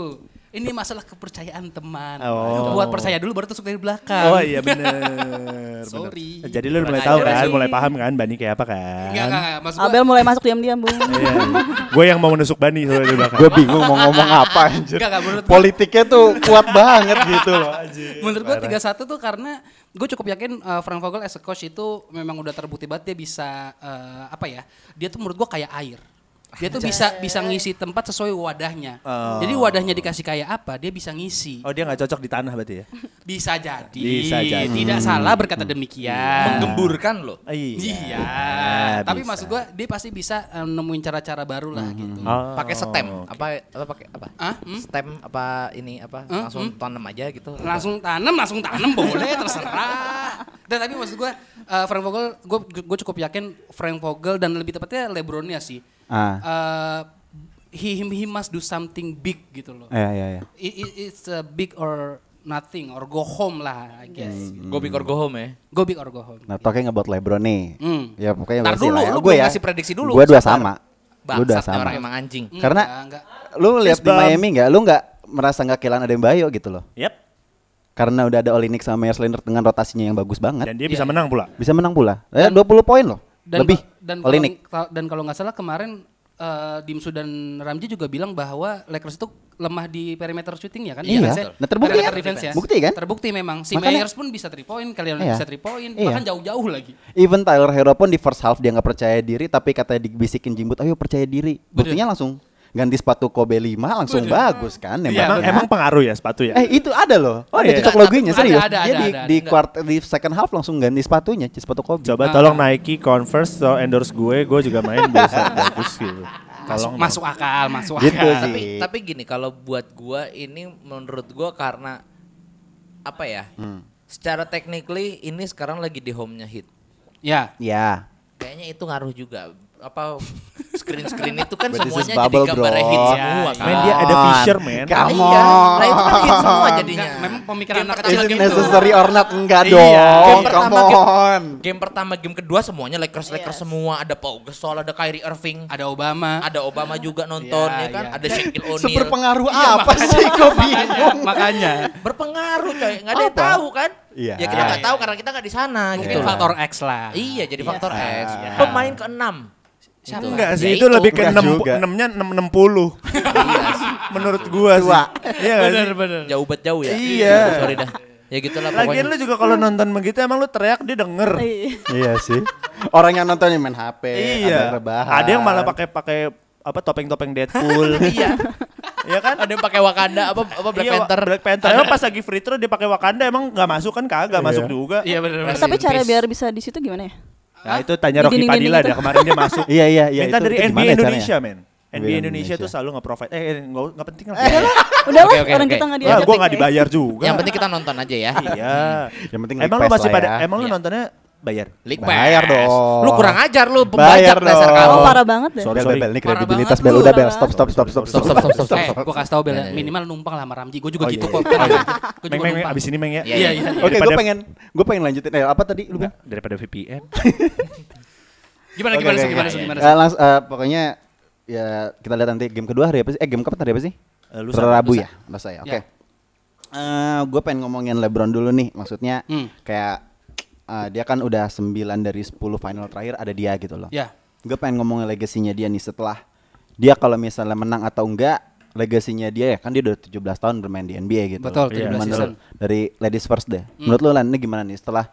Ini masalah kepercayaan teman. Oh. Buat percaya dulu baru tusuk dari belakang. Oh iya bener. Sorry. bener. Jadi lu mulai Kurang tahu ajar kan, sih. mulai paham kan Bani kayak apa Enggak, kan? enggak, enggak. Maksud gua- Abel mulai masuk diam-diam bu. Iya. Gue yang mau menusuk Bani soalnya di belakang. Gue bingung mau ngomong apa anjir. Enggak, enggak, menurut gua- Politiknya tuh kuat banget gitu loh anjir. Menurut gue 3-1 tuh karena gue cukup yakin uh, Frank Vogel as a coach itu memang udah terbukti banget dia bisa uh, apa ya? Dia tuh menurut gue kayak air. Dia tuh bisa bisa ngisi tempat sesuai wadahnya. Jadi wadahnya dikasih kayak apa, dia bisa ngisi. Oh dia nggak cocok di tanah berarti ya? Bisa jadi. Bisa jadi. Hmm. Tidak salah berkata demikian. Menggemburkan loh. Iya. Nah, Tapi maksud gue dia pasti bisa uh, nemuin cara-cara baru lah gitu. Oh. Oh, Pakai stem apa apa pakai apa? Ah, hmm? Stem apa ini apa langsung tanam aja gitu. langsung tanam langsung tanam boleh terserah dan tapi maksud gue eh, Frank Vogel gue gue cukup yakin Frank Vogel dan lebih tepatnya Lebronnya sih Ah. Eh, he him- he must do something big gitu loh. Ya ya ya. It, it- it's a big or nothing or go home lah I guess. Go big or go home ya. Go big or go home. Nah, talking about LeBron nih. Hmm. Ya pokoknya Ntar versi dulu, lah ya. lu Gua belum ya. ngasih prediksi dulu. Gua dua Sabar. sama. Gua dua Bangsatnya sama. orang emang anjing. Hmm, Karena- enggak, enggak. Lu lihat di Bam. Miami nggak? Lu nggak merasa nggak kehilangan Adebayo gitu loh? Yep. Karena udah ada Olinik sama Myers Leonard dengan rotasinya yang bagus banget. Dan dia bisa menang pula. bisa menang pula. Eh, 20 poin loh. Lebih. dan kalau, Olinik. ta- dan kalau nggak salah kemarin eh, Dimsu dan Ramji juga bilang bahwa Lakers itu lemah di perimeter shooting ya kan? Iya. Defense ya? Nah, terbukti Perimeter kan? defense ya. Bukti kan? Terbukti memang. Si Makanya- Myers pun bisa 3 point, kalian Iya. bisa 3 point, Iya. bahkan jauh-jauh lagi. Even Tyler Hero pun di first half dia nggak percaya diri tapi katanya dibisikin Jimbut, "Ayo percaya diri." Buktinya langsung ganti sepatu Kobe 5 langsung bagus kan Iya, nembaknya. emang, emang pengaruh ya sepatu ya? Eh itu ada loh. Oh, ada iya. cocok Ada, logonya tapi- serius. ada, ada, dia ada, di, ada, di enggak. quarter di second half langsung ganti sepatunya, sepatu Kobe. Coba tolong Nike, Converse, so endorse gue, gue juga main biasa bagus gitu. Masuk, Tolong dong. masuk akal, masuk Gitu sih. akal. tapi tapi gini kalau buat gua ini menurut gua karena apa ya Hmm. secara technically ini sekarang lagi di home-nya hit Ya. Ya. kayaknya itu ngaruh juga apa screen screen itu kan But this is semuanya jadi bubble, gambarnya bro. hit semua kan Man, dia ada Come on. Fisher, man. Come iya on. nah itu kan hit semua jadinya Enggak, memang pemikiran anak Nah, kan Is kecil it gitu. necessary or not? Enggak Iya. dong. Game Come pertama, on. game, game pertama game kedua semuanya Lakers Lakers semua ada Paul Gasol ada Kyrie Irving Ada Obama. ada Obama juga nonton Iya, ya kan iya. ada Shaquille O'Neal Seberpengaruh Iya, apa sih kok makanya, bingung? makanya. berpengaruh coy nggak ada yang Apa? tahu kan Iya. ya kita nggak Iya. tahu karena kita nggak di sana Mungkin gitu loh. faktor X lah. Iya, jadi faktor X. Iya. Pemain keenam. Siapa? Gitu. Enggak Ya sih, itu lebih ke Enggak 6, juga. 6-nya 660. Menurut gua sih. Dua. Iya nggak sih? Bener, bener. Iya. jauh bet jauh ya. Iya. Sorry dah. Ya gitulah Lagian pokoknya. lu juga kalau nonton begitu emang lu teriak dia denger. Iya. Iya sih. Orang yang nontonnya main HP, Iya. ada rebahan. Ada yang malah pakai pakai apa topeng-topeng Deadpool. Iya. Iya kan? Ada yang pakai Wakanda apa apa Black Iya, Wa- Panther. Black Panther. Emang pas lagi free throw dia pakai Wakanda emang nggak masuk kan kagak masuk juga. Iya benar benar. Tapi cara Peace. biar bisa di situ gimana ya? Nah, itu tanya Rocky Dinding-dinding Padilla itu. dah kemarin dia masuk. Iya iya iya. Minta itu- dari itu NBA gimana caranya? Indonesia, men. NBA Indonesia. Indonesia tuh selalu nge-provide eh nggak nggak penting lah. Udah lah, Oke, oke, orang oke. kita nggak Ya, diajak. gua nggak dibayar juga. Yang penting kita nonton aja ya. Iya. Yang penting Emang lu request masih lah pada ya. emang lu Iya. nontonnya bayar? League Bayar Pass. dong. Lu kurang ajar lu Bayar pembajak dasar dong. kamu. Oh, parah banget deh. Sorry, Bel, bel, sorry. bel, ini Parah kredibilitas banget bel lu, udah bel. parah Stop stop stop stop Stop, stop stop, stop, stop, Eh, stop. gue kasih tau Bel, Iya, iya, iya. minimal numpang lah sama Ramji. Gue juga Oh, gitu iya, kok. iya. Oh, iya. Gua juga Meng meng meng numpang. abis ini meng ya. Iya, iya, Oke, gue Daripada- pengen gue pengen lanjutin eh apa tadi lu? Bel? daripada VPN. Gimana Oke, gimana oke, sih gimana oke. sih gimana Eh, langs- eh, pokoknya ya kita lihat nanti game kedua hari apa sih? Eh game kapan hari apa sih? Eh, lusa, Rabu ya, lusa. lusa ya. Oke. Ya. gue pengen ngomongin LeBron dulu nih, maksudnya Hmm. kayak eh, dia kan udah 9 dari 10 final terakhir ada dia gitu loh. Ya. Gue pengen ngomongin legasinya dia nih setelah dia kalau misalnya menang atau enggak legasinya dia ya kan dia udah 17 tahun bermain di NBA gitu. Betul, loh. 17 Menurut- season. Hmm. Dari ladies first deh. Menurut lu Lan, ini gimana nih setelah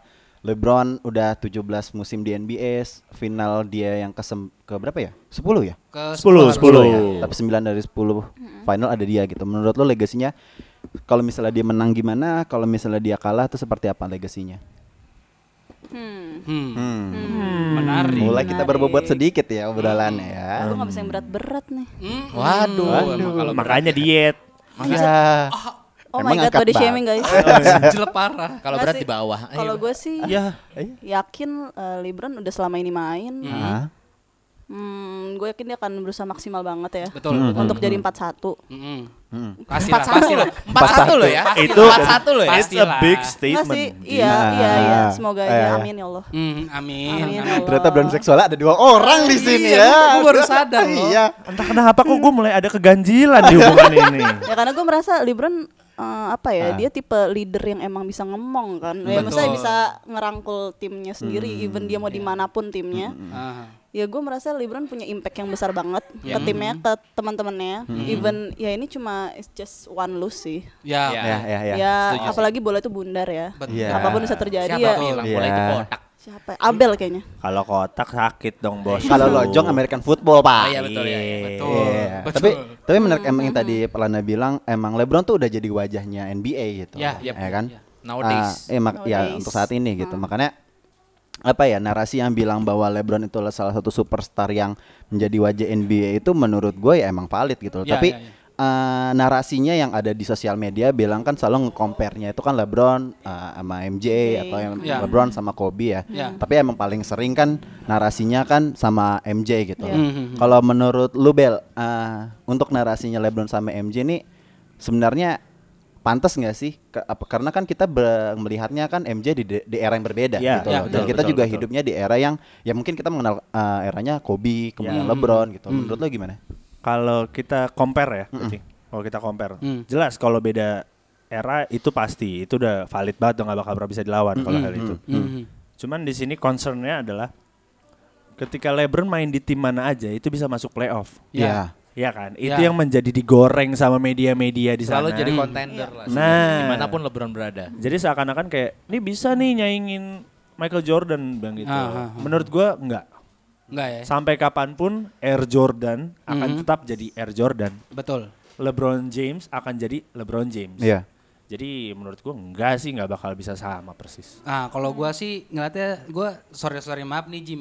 LeBron udah 17 musim di NBA, final dia yang ke ke berapa ya? 10 ya? Ke 10, 10 10. ya. Tapi 9 dari Hmm. 10 final ada dia gitu. Menurut lo legasinya kalau misalnya dia menang gimana, kalau misalnya dia kalah itu seperti apa legasinya? Hmm. Menarik. Mulai kita berbobot sedikit ya obrolan ya. Aku nggak bisa yang berat-berat nih. Hmm. Waduh. emang kalau ya. Makanya diet. Makanya Oh Emang my god, angkat body banget. shaming guys. Jelek parah. kalau berat di Nggak sih. bawah. Eh, Ayo. Kalau gue sih ya. Iya. Eh, yakin eh, LeBron udah selama ini main. ah. Hmm, gue yakin dia akan berusaha maksimal banget ya. Betul. Untuk jadi 41. Heeh. Hmm. Pasti empat Hmm. lah, satu pasti loh, lah. empat satu loh ya, Pasti Itu empat satu loh ya. It's a Pastilah. big Enggak statement. sih? Iya, iya, iya. Semoga Eh. ya. Amin ya Allah. Hmm, amin. Amin ya amin. Allah. Ternyata brand seksual ada dua orang di sini Iya, ya. gua baru sadar loh. Iya. Entah kenapa kok gue mulai ada keganjilan di hubungan ini. Ya karena gue merasa LeBron eh, apa ya dia tipe leader yang emang bisa ngomong kan, ya Betul. maksudnya bisa ngerangkul timnya sendiri, even dia mau dimanapun timnya. Ah. Ya gue merasa LeBron punya impact yang besar banget ke timnya, ke teman-temannya. Even ya ini cuma it's just one lose sih. Ya. Ya. Ya, ya, ya. Ya, apalagi bola itu bundar ya. Betul. Iya. Apapun bisa terjadi Siapa ya. bilang bola itu Iya. kotak? Siapa? Abel kayaknya. Kalau kotak sakit dong bos. Iya. Kalau lojong American football, Pak. Oh iya betul ya. iya, betul. Betul. Iya. Betul. Tapi tapi menurut emang yang tadi Pelana bilang emang LeBron tuh udah jadi wajahnya NBA gitu. Ya, yap, kan? ya. Nowadays. Ah, iya. eh, mak- ya Nowadays. untuk saat ini Ah. gitu. Makanya apa ya narasi yang bilang bahwa LeBron itu adalah salah satu superstar yang menjadi wajah NBA itu menurut gue ya emang valid gitu loh. Ya, tapi ya, ya. eh, narasinya yang ada di sosial media bilang kan selalu nge-compare-nya itu kan LeBron eh, sama MJ atau yang Ya. LeBron sama Kobe ya. Ya. Tapi emang paling sering kan narasinya kan sama MJ gitu. Hmm, Iya. Mhm. Kalau menurut lu Bel, eh, untuk narasinya LeBron sama MJ nih sebenarnya pantas nggak sih? Ke- apa- karena kan kita ber- melihatnya kan MJ di, di era yang berbeda Iya, gitu. iya, loh. Dan betul, kita betul, juga betul. hidupnya di era yang ya mungkin kita mengenal eh, eranya Kobe, kemudian Iya. LeBron gitu. Menurut lu gimana? Kalau kita compare ya, berarti. Kalau kita compare. Mm. Jelas kalau beda era itu pasti, itu udah valid banget dong nggak bakal pernah bisa dilawan kalau hal itu. Mm. Mhm. Cuman di sini concernnya adalah ketika LeBron main di tim mana aja itu bisa masuk playoff. Ya. Iya kan? Itu Ya. yang menjadi digoreng sama media-media di sana. Selalu jadi contender lah. sih. Nah. Dimanapun LeBron berada. Jadi seakan-akan kayak ini bisa nih nyaingin Michael Jordan bang gitu. Ah, ah, ah. Menurut gua enggak. Enggak ya? Sampai kapanpun Air Jordan akan tetap jadi Air Jordan. Betul. LeBron James akan jadi LeBron James. Iya. Jadi menurut gua enggak sih enggak bakal bisa sama persis. Nah, kalau gua sih ngeliatnya gua sorry sorry maaf nih Jim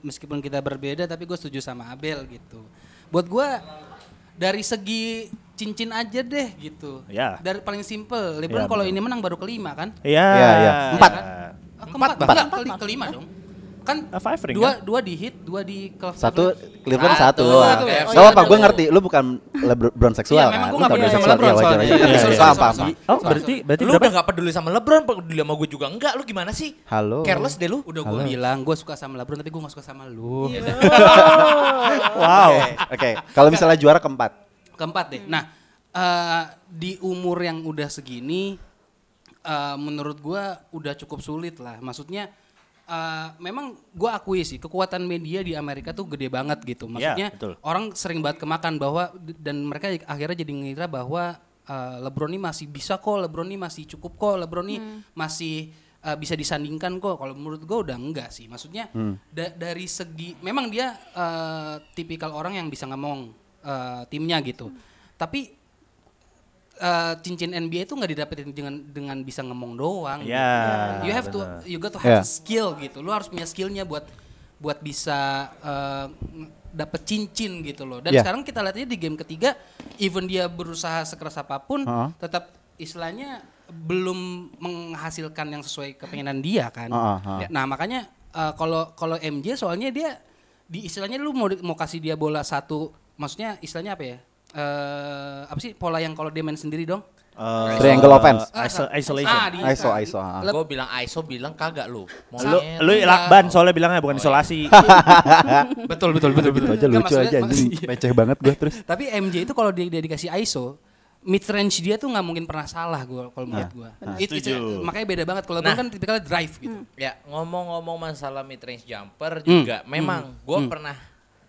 meskipun kita berbeda tapi gue setuju sama Abel gitu. Buat gua dari segi cincin aja deh gitu. Ya. Dari paling simple, LeBron Ya, kalau betul. ini menang baru kelima kan? Iya. Iya, iya. Empat. Ah, keempat, Empat, enggak, keli- kelima dong. Kan Ah, five ring, dua dua di hit, dua di Cleveland. Satu Cleveland Satu, satu. doang. satu Gak ya. Oh, iya, apa-apa, betul. gue ngerti. Lu bukan LeBron seksual Iya, memang kan? gua Lu nggak tahu dia peduli sama seksual, LeBron iya, wajar soalnya. aja. Iya, Iya, sorry, iya, sorry, paham, sorry, paham. sorry. Oh, berarti berarti lu berapa? udah gak peduli sama LeBron, peduli sama gue juga enggak. Lu gimana sih? Halo. Careless deh lu. Udah gue bilang gue suka sama LeBron tapi gue gak suka sama lu. Wow. Oke, kalau misalnya juara keempat. Keempat deh. Nah, eh, di umur yang udah segini eh, menurut gua udah cukup sulit lah. Maksudnya eh, memang gua akui sih kekuatan media di Amerika tuh gede banget gitu. Maksudnya Iya, betul. orang sering banget kemakan bahwa dan mereka akhirnya jadi ngira bahwa eh, LeBron ini masih bisa kok, LeBron ini masih cukup kok, LeBron ini masih eh, bisa disandingkan kok. Kalau menurut gue udah enggak sih. Maksudnya da- dari segi memang dia eh, tipikal orang yang bisa ngomong eh, timnya gitu. Tapi eh, cincin NBA itu nggak didapetin dengan dengan bisa ngomong doang. gitu. Ya, You have benar. to you got to have Ya. the skill gitu. Lu harus punya skillnya buat buat bisa eh, ng- dapet cincin gitu loh. Dan Ya. sekarang kita lihatnya di game ketiga, even dia berusaha sekeras apapun, Heeh. tetap istilahnya belum menghasilkan yang sesuai kepengenan dia kan. Heeh, heeh. Nah makanya eh, kalau kalau MJ soalnya dia di istilahnya lu mau di- mau kasih dia bola satu, maksudnya istilahnya apa ya? Eh apa sih pola yang kalau dia main sendiri dong? Eh, Triangle offense. iso- isolation. Ah, di- ISO ISO. ah. Gue bilang ISO bilang kagak lu. Lu Monyet. lu lakban soalnya bilangnya Oh, bukan iya. isolasi. betul betul Iya, betul betul. Itu aja Nggak, lucu maksudnya- aja anjing. maksudnya- Receh banget gue terus. Tapi MJ itu kalau dia, dia dikasih ISO, mid range dia tuh nggak mungkin pernah salah gua kalau menurut gua. It- it's- Setuju. makanya beda banget kalau LeBron kan tipikalnya drive gitu. Ya ngomong-ngomong masalah mid range Hmm. jumper juga, memang gue pernah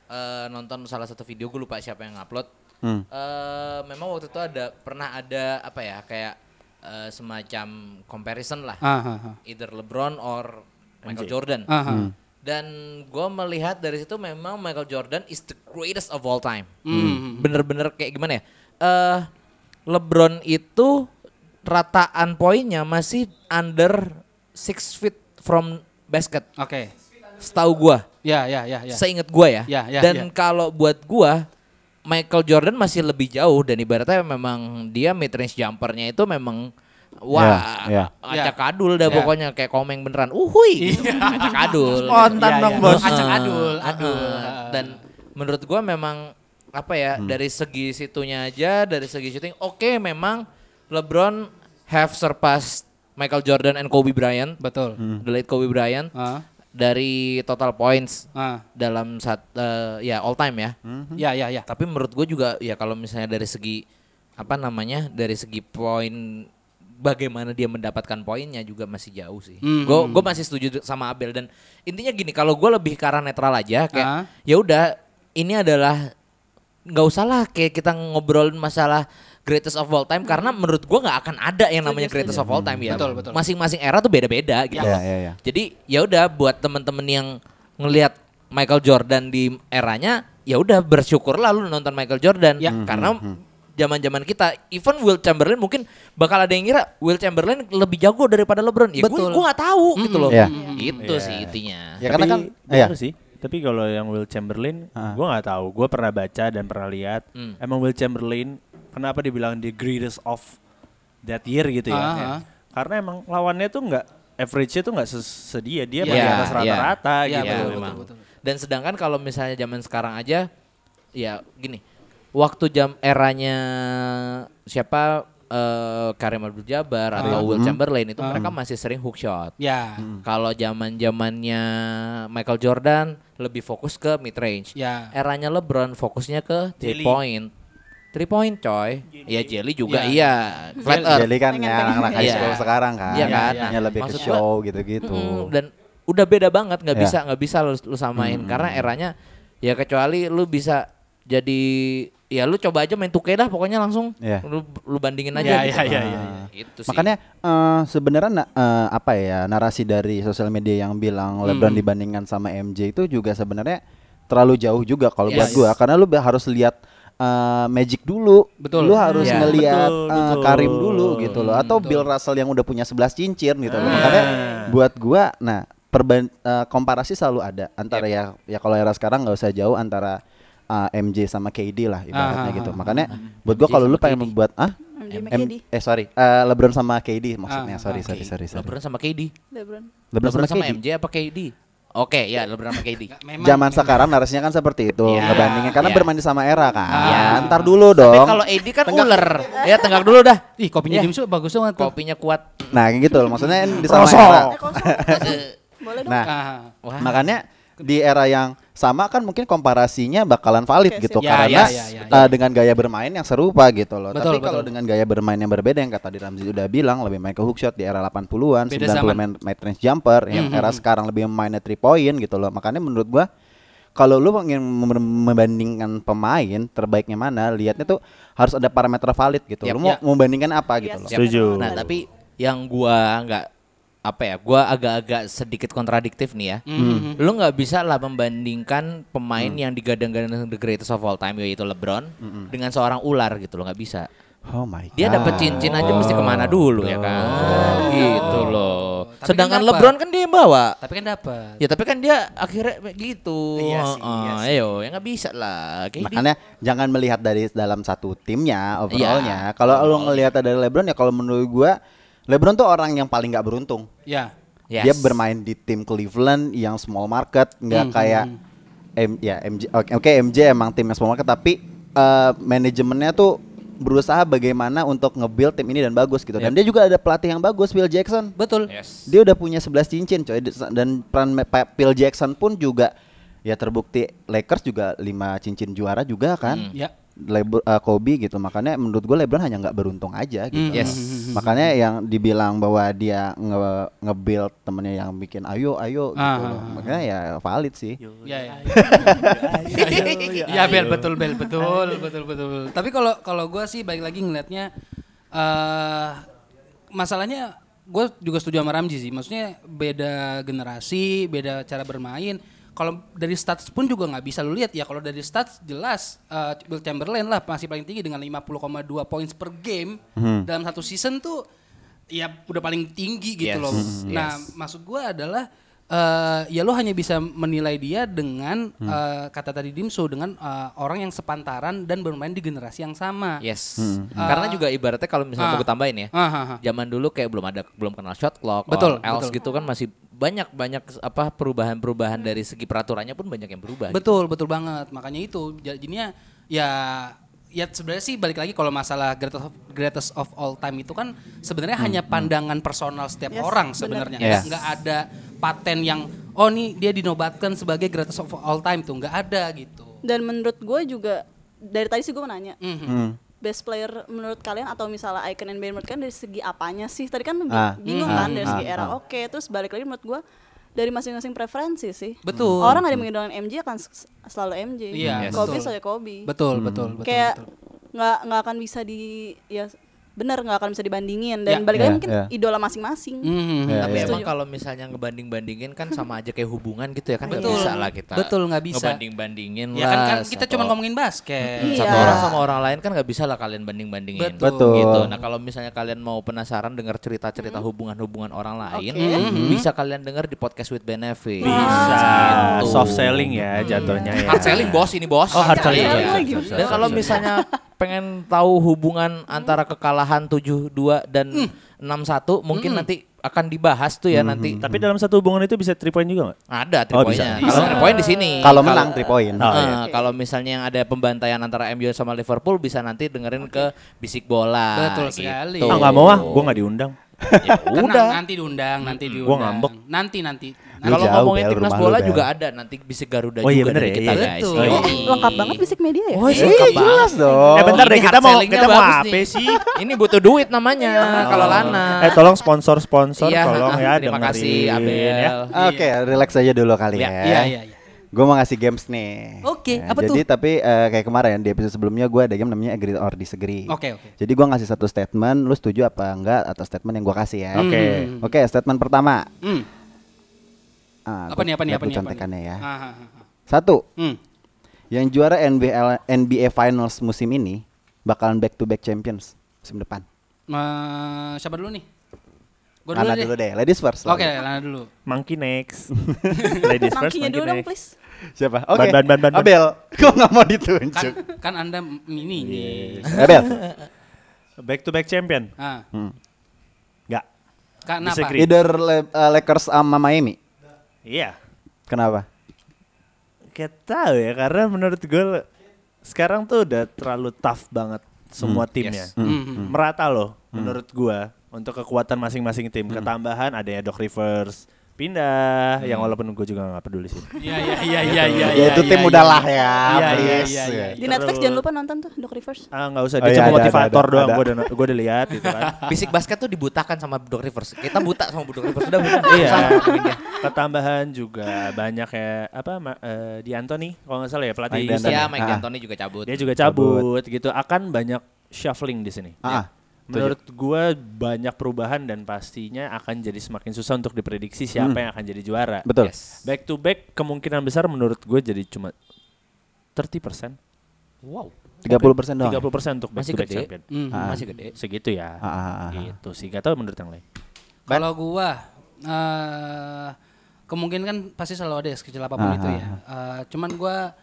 eh, nonton salah satu video gue lupa siapa yang upload. Hmm. Eh, memang waktu itu ada pernah ada apa ya kayak eh, semacam comparison lah, Ah, ah, ah. either LeBron or Michael Jordan. Ah, ah. Dan gue melihat dari situ memang Michael Jordan is the greatest of all time. Hmm. Bener-bener kayak gimana ya? Eh, LeBron itu rataan poinnya masih under six feet from basket. Oke. Setahu gua, Ya, ya, ya, ya. seinget gua ya. Ya, ya, Dan ya. kalau buat gua Michael Jordan masih lebih jauh dan ibaratnya memang dia mid range jumpernya itu memang wah Ya, ya. acak adul dah Ya. pokoknya kayak komeng beneran. Uhui, acak adul. Ya, Spontan Iya, dong, iya. Ah. Bos. Acak adul, Heeh, adul. heeh. ah. Dan menurut gua memang apa ya dari segi situnya aja, dari segi shooting, oke memang LeBron have surpassed Michael Jordan and Kobe Bryant, Betul. the late Kobe Bryant Ah, dari total points ah. dalam saat eh, ya all time ya. Ya, ya, ya. Tapi menurut gue juga ya kalau misalnya dari segi apa namanya dari segi poin bagaimana dia mendapatkan poinnya juga masih jauh sih. Hmm. Gue gue masih setuju sama Abel dan intinya gini kalau gue lebih ke arah netral aja kayak Ah. ya udah ini adalah nggak usahlah kayak kita ngobrolin masalah greatest of all time karena menurut gue nggak akan ada yang namanya greatest of all time ya. Betul, betul. Masing-masing era tuh beda-beda gitu. Iya, iya, iya. Jadi ya udah buat temen-temen yang ngelihat Michael Jordan di eranya, ya udah bersyukurlah lu nonton Michael Jordan Ya. karena zaman-zaman kita, even Will Chamberlain mungkin bakal ada yang ngira Will Chamberlain lebih jago daripada LeBron. Ya gue Betul. gua nggak tahu gitu loh. Iya. Gitu Iya. sih intinya. Ya karena kan Tapi iya. bener sih. Tapi kalau yang Will Chamberlain, Ah. gua nggak tahu. Gua pernah baca dan pernah lihat. Hmm. Emang Will Chamberlain, kenapa dibilang the greatest of that year gitu ya? Ah, Ya. ah. Karena emang lawannya tuh nggak average-nya tuh nggak ses- sedia dia Iya, di iya. atas rata-rata Iya, gitu. Iya, betul, memang. betul, betul, Dan sedangkan kalau misalnya zaman sekarang aja ya gini. Waktu jam eranya siapa eh, Karim Abdul Jabbar atau Will Chamberlain itu mereka masih sering hook shot. Ya. Hmm. Kalau zaman-zamannya Michael Jordan lebih fokus ke mid range. Ya. Eranya LeBron fokusnya ke three Iya. Jelly. point. Three point coy. Iya jelly juga Ya. iya. Flat earth. Jadi kan ya anak-anak high Iya. school sekarang kan, Iya kan? ya, Nah, lebih ke maksud gua- show gitu-gitu. Mm-mm, dan udah beda banget nggak Iya. Hmm. bisa nggak bisa lu, lu samain karena eranya ya kecuali lu bisa jadi ya lu coba aja main 2K dah pokoknya langsung Iya. lu lu bandingin aja Iya, gitu. iya, iya, iya. Nah, itu sih. Makanya eh, sebenarnya na- eh, apa ya narasi dari sosial media yang bilang LeBron Hmm. dibandingkan sama MJ itu juga sebenarnya terlalu jauh juga kalau buat Yes. gua karena lu be- harus lihat eh, Magic dulu, Betul. lu harus Iya. ngelihat Betul, eh, betul. Karim dulu gitu loh, atau Bill Russell yang udah punya 11 cincin gitu Ah. loh. Makanya buat gua, nah perban eh, komparasi selalu ada antara ya ya kalau era sekarang nggak usah jauh antara eh, MJ sama KD lah ibaratnya Ah, gitu. Makanya buat gua kalau lu pengen membuat ah MJ sama M- KD. eh sorry, eh, LeBron sama KD maksudnya. Ah, sorry, ah, sorry, sorry, sorry. LeBron sama KD. LeBron. LeBron sama KD. MJ apa KD? Oke, ya LeBron sama KD. Memang- Zaman memang. sekarang narasinya kan seperti itu, Iya. ngebandingin karena Iya. bermain sama era kan. Iya. Ntar dulu dong. Tapi kalau AD kan ular. Ya tenggak dulu dah. Ih, kopinya Dimsu bagus banget. tuh. Kopinya kuat. Nah, kayak gitu loh. Maksudnya di sama era. Eh kosong. kosong. Boleh Oh. dong. Nah, Ah. Wah. makanya di era yang sama kan mungkin komparasinya bakalan valid Oke, gitu sip. Ya, karena ya, ya, ya, eh, dengan gaya bermain yang serupa gitu loh. Betul, Tapi kalau betul. dengan gaya bermain yang berbeda yang kata di Ramzi udah bilang lebih main ke hook shot di era 80-an, Beda 90 zaman. main mid range jumper, yang era sekarang lebih mainnya three point gitu loh. Makanya menurut gua kalau lu ingin mem- membandingkan pemain terbaiknya mana, lihatnya tuh harus ada parameter valid gitu. Yap, lu mau ya. membandingkan apa gitu Iya Yes. loh. Siap. Setuju. Nah, tapi yang gua nggak apa ya, gua agak-agak sedikit kontradiktif nih ya. Hmm, Mm-hmm. Lu nggak bisa lah membandingkan pemain yang digadang-gadang the greatest of all time yaitu LeBron dengan seorang ular gitu loh, nggak bisa. Oh my god. Dia dapat cincin aja mesti kemana dulu ya kan? Gitu loh. Tapi Sedangkan kenapa? LeBron kan dia yang bawa. Tapi kan dapat. Ya tapi kan dia akhirnya gitu. Iya sih, iya Heeh, sih. ayo, ya nggak bisa lah. Kayak Makanya jangan melihat dari dalam satu timnya Iya, overallnya. Kalau lu ngelihat dari LeBron ya kalau menurut gua LeBron tuh orang yang paling nggak beruntung. Ya. di- Dia Yes. Hmm, bermain di tim Cleveland yang small market, nggak kayak M ya MJ. Oke, oke, MJ emang timnya small market tapi eh, manajemennya tuh berusaha bagaimana untuk nge-build tim ini dan bagus gitu. Dan dia juga ada pelatih yang bagus, Phil Jackson. Betul. Yes. Dia udah punya 11 cincin coy Des- dan peran Ma- Pa- Phil Jackson pun juga ya terbukti Lakers juga 5 cincin juara juga Hmm. kan. Ya. Lebr- eh, Kobe gitu makanya menurut gue LeBron hanya nggak beruntung aja gitu. Hmm, yes. Makanya yang dibilang bahwa dia nge- nge-build temennya yang bikin ayo ayo gitu Ah. loh. Makanya ya valid sih. Ya, ya. ya Bel betul Bel betul betul betul. Tapi kalau kalau gue sih balik lagi ngelihatnya eh masalahnya gue juga setuju sama Ramji sih. Maksudnya beda generasi, beda cara bermain. Kalau dari stats pun juga nggak bisa lu lihat ya. Kalau dari stats jelas eh, Will Chamberlain lah masih paling tinggi dengan 50,2 points per game Hmm. dalam satu season tuh ya udah paling tinggi Yes. gitu loh. Mhm. Nah, Yes. maksud gua adalah eh, ya lo hanya bisa menilai dia dengan eh, kata tadi Dimso dengan eh, orang yang sepantaran dan bermain di generasi yang sama. Yes. Karena juga ibaratnya kalau misalnya mau gue tambahin ya. Ah, ah, ah. Zaman dulu kayak belum ada belum kenal shot clock, Betul, all else betul. gitu kan masih banyak banyak apa perubahan-perubahan dari segi peraturannya pun banyak yang berubah. Betul, betul banget. Makanya itu jadinya ya ya sebenarnya sih balik lagi kalau masalah greatest of, greatest of all time itu kan sebenarnya hanya pandangan personal setiap Yes, orang benar. sebenarnya. Yes. Nggak ada paten yang oh nih dia dinobatkan sebagai greatest of all time tuh nggak ada gitu. Dan menurut gue juga dari tadi sih gue mau nanya. Mhm. Hmm. Best player menurut kalian atau misalnya icon NBA menurut kalian kan dari segi apanya sih? Tadi kan lu bi- Ah, bingung hmm, kan dari ah, segi era. ah. Oke, terus balik lagi menurut gue dari masing-masing preferensi sih. Betul. Orang ada yang mengidolakan MJ akan s- selalu MJ. Iya, Kobe betul. selalu Kobe. Betul, betul, betul. Kayak betul. nggak nggak akan bisa di ya benar nggak akan bisa dibandingin Ya. dan balik lagi Ya, mungkin ya. idola masing-masing. Mhm. Ya, Tapi emang ya. Setuju. kalau misalnya ngebanding-bandingin kan sama aja kayak hubungan gitu ya kan nggak Betul. bisa lah kita. Betul, nggak bisa. Ngebanding-bandingin Ya lah. kan, kan kita satu cuma orang- ngomongin basket. Iya. satu orang sama orang lain kan nggak bisa lah kalian banding-bandingin. Betul. Betul. Gitu. Nah kalau misalnya kalian mau penasaran dengar Hmm. cerita-cerita hubungan-hubungan orang lain, Oke. bisa kalian dengar di podcast with benefit. Nah, Bisa. Gitu. Soft selling ya jatuhnya ya. Hard selling bos ini bos. Oh, hard selling. Iya. Hard selling lagi. Dan kalau misalnya pengen tahu hubungan antara kekalahan 72 dan 61 mungkin nanti akan dibahas tuh ya nanti. Tapi dalam satu hubungan itu bisa three point juga nggak? Ada three Hmm, Oh, point-nya. bisa. Kalau three point di sini. Kalau menang 3 point. Oh, Nah. Eh, iya. Kalau misalnya yang ada pembantaian antara MU sama Liverpool bisa nanti dengerin ke bisik bola. Betul gitu. sekali. Ah nggak mau ah, gue nggak diundang. Tenang, udah. nanti diundang, nanti diundang. ngambek. Nanti nanti. Lu Kalau jauh, ngomongin Bel, timnas rumah lu, bola Bel. juga ada nanti bisik Garuda Oh, iya juga bener dari ya, kita iya. guys. Betul. Yoi. Eh, eh, lengkap banget bisik media ya. Woi, Iya, lengkap jelas banget. dong. Eh bentar deh Ini kita hard mau sellingnya kita mau bagus apa nih. sih? Ini butuh duit namanya kalau Lana. Eh tolong sponsor-sponsor Iya, tolong ah, ya Terima dengerin kasih Abel. ya. Oke, relax aja dulu kali Ya, ya. Iya iya iya. Gue mau ngasih games nih. Oke, Nah, apa jadi, tapi eh, kayak kemarin di episode sebelumnya gue ada game namanya agree or disagree. Oke, oke. Jadi gue ngasih satu statement, lu setuju apa enggak atas statement yang gue kasih ya. Oke. Mhm. Oke, statement pertama. Hmm. Ah, Apa gua- nih apa nih gua apa nih? apa contekannya nih? ya. Ah, ah, ah, ah. Satu, Hmm. yang juara NBA NBA Finals musim ini bakalan back to back champions musim depan. Eh, siapa dulu nih? Gua Lana Nah, dulu deh, ladies first. Oke, ladies. Lana dulu. Monkey next. Ladies first, Nangkinya dulu monkey dong next. please. Siapa? Ban, Oke. ban, ban, ban, ban. Abel, kok nggak mau ditunjuk? Kan kan Anda m- Iya, ini nih. Abel. Back to back champion. Ah. Nggak. Kak, Napa? Disagree. Either Le- uh, Lakers sama Miami. Iya. Kenapa? Kayak tahu ya karena menurut gue le- sekarang tuh udah terlalu tough banget semua Hmm. timnya. Merata loh menurut gua untuk kekuatan masing-masing tim. Hmm. Ketambahan ada ya Doc Rivers pindah yang walaupun gue juga nggak peduli sih. Iya iya iya iya iya. ya itu iya, tim iya. udahlah ya, Iya, iya, please. iya, iya. Di Netflix jangan lupa nonton tuh Doc Rivers. Ah nggak usah, Oh dia iya, cuma ada, ada, motivator ada, doang. ada. Gue udah gue udah lihat gitu kan. Bisik basket tuh dibutakan sama Doc Rivers. Kita buta sama Doc Rivers. Udah bener. Iya. Sama temen dia. Ketambahan juga banyak ya apa ma- eh, di Anthony kalau nggak salah ya pelatih Mike Houston. Iya, D'Antoni. Mike Ah. D'Antoni juga cabut. Dia juga cabut gitu. Akan banyak shuffling di sini. Ah, Menurut gue banyak perubahan dan pastinya akan jadi semakin susah untuk diprediksi siapa yang akan jadi juara. betul. Back to back kemungkinan besar menurut gue jadi cuma 30%, Wow. 30% doang. 30% untuk back Masih to back gede. champion. Hmm. Masih gede. Segitu ya. Nah. Ah, ah, ah, ah. Gitu sih. Gak tau menurut yang lain. Kalau gua eh kemungkinan kan pasti selalu ada ya sekecil Ah, apapun itu ya. Eh, cuman gua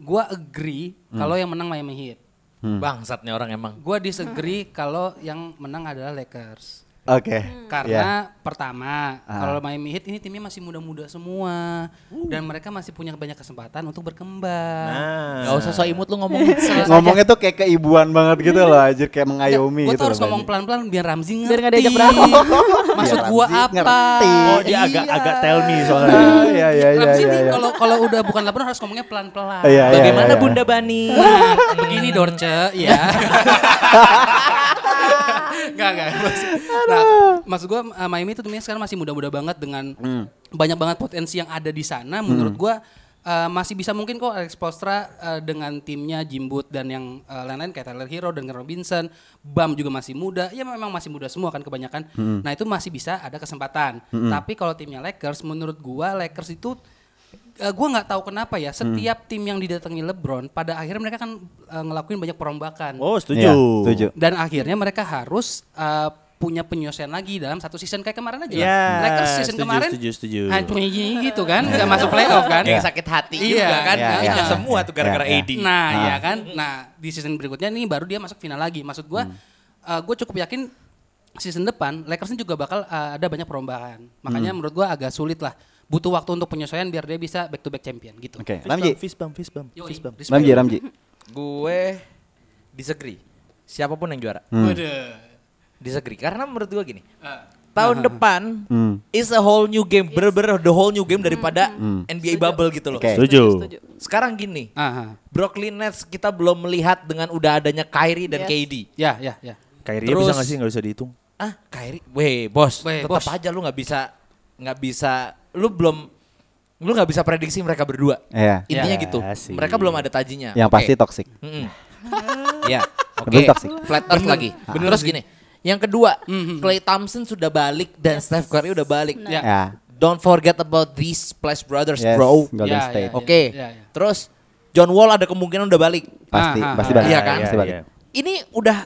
gua agree Hmm. kalau yang menang Miami Heat. Bangsatnya orang emang. Gua disagree kalau yang menang adalah Lakers. Oke. Hmm. Karena pertama, Ah. kalau Miami Heat ini timnya masih muda-muda semua dan mereka masih punya banyak kesempatan untuk berkembang. Nah, Gak usah so imut lu ngomong. Ya. Ngomongnya tuh kayak keibuan banget gitu loh, anjir kayak mengayomi gue gitu. tuh harus loh, ngomong Bang. pelan-pelan biar Ramzi ngerti. Biar nggak diajak berantem. Maksud Biar gua Iya, Ramzi apa? ngerti. Iya. Oh dia agak agak tell me soalnya. Ah, Iya iya iya Ramzi iya. nih iya. kalau kalau udah bukan lapar harus ngomongnya pelan-pelan. Iya, iya, Bagaimana iya, iya. Bunda Bani? Begini Dorce, ya. Enggak, enggak. Mas- Nah, maksud gua uh, Miami itu timnya sekarang masih muda-muda banget dengan banyak banget potensi yang ada di sana menurut gua uh, masih bisa mungkin kok Alex Postra uh, dengan timnya Jimbut dan yang uh, lain-lain kayak Tyler Hero dan Robinson, Bam juga masih muda. Ya memang masih muda semua kan kebanyakan. Nah, itu masih bisa ada kesempatan. Tapi kalau timnya Lakers menurut gua Lakers itu Eh, gua nggak tahu kenapa ya setiap tim yang didatangi LeBron pada akhirnya mereka kan eh, ngelakuin banyak perombakan Oh setuju. Iya, setuju. dan akhirnya mereka harus eh, punya penyelesaian lagi dalam satu season kayak kemarin aja lah. Ya, Lakers season setuju, kemarin setuju, setuju. Ya. hancurnya gini gitu kan nggak masuk playoff kan Yang sakit hati Iya, juga kan. iya, Nah, iya. Semua tuh gara-gara Iya, iya. AD. Nah, Ah. ya kan. Nah, di season berikutnya nih baru dia masuk final lagi. Maksud gua Hmm. gue cukup yakin season depan Lakers ini juga bakal uh, ada banyak perombakan. Hmm. Makanya menurut gua agak sulit lah. Butuh waktu untuk penyesuaian biar dia bisa back to back champion gitu. Oke, Fist Ramji. bump, fist bump, fist bump, Yoi, fist bump. respect. Ramji, Ramji. Gue disagree. Siapapun yang juara. Waduh. Disagree. Karena menurut gue gini. Eh, Tahun depan Hmm. is a whole new game. Bener-bener the whole new game daripada NBA bubble gitu loh. Oke. Setuju. Setuju. Sekarang gini. ah, ah. Brooklyn Nets kita belum melihat dengan udah adanya Kyrie dan Yes. KD. Ya, ya, ya. Kyrie Terus- bisa nggak sih nggak usah dihitung? Ah, Kyrie, weh bos, Weh, tetap bos. aja lu nggak bisa nggak bisa lu belum lu nggak bisa prediksi mereka berdua. Iya. Intinya Ya gitu. sih. Mereka belum ada tajinya. Yang Oke. pasti toxic. Mm-mm. Ya, oke. Bener toxic. Mm-hmm. Ah, Flat earth lagi. Terus gini, yang kedua, Clay Thompson sudah balik dan Steph Curry udah balik. Mm-hmm. Ya. Ya. Don't forget about these Splash Brothers, Yes, bro. Oke. Golden Ya, ya, State. ya. ya, ya. Terus John Wall ada kemungkinan udah balik. Pasti, Ah, ah, pasti ah, balik. iya kan? Pasti balik. Iya. Ini udah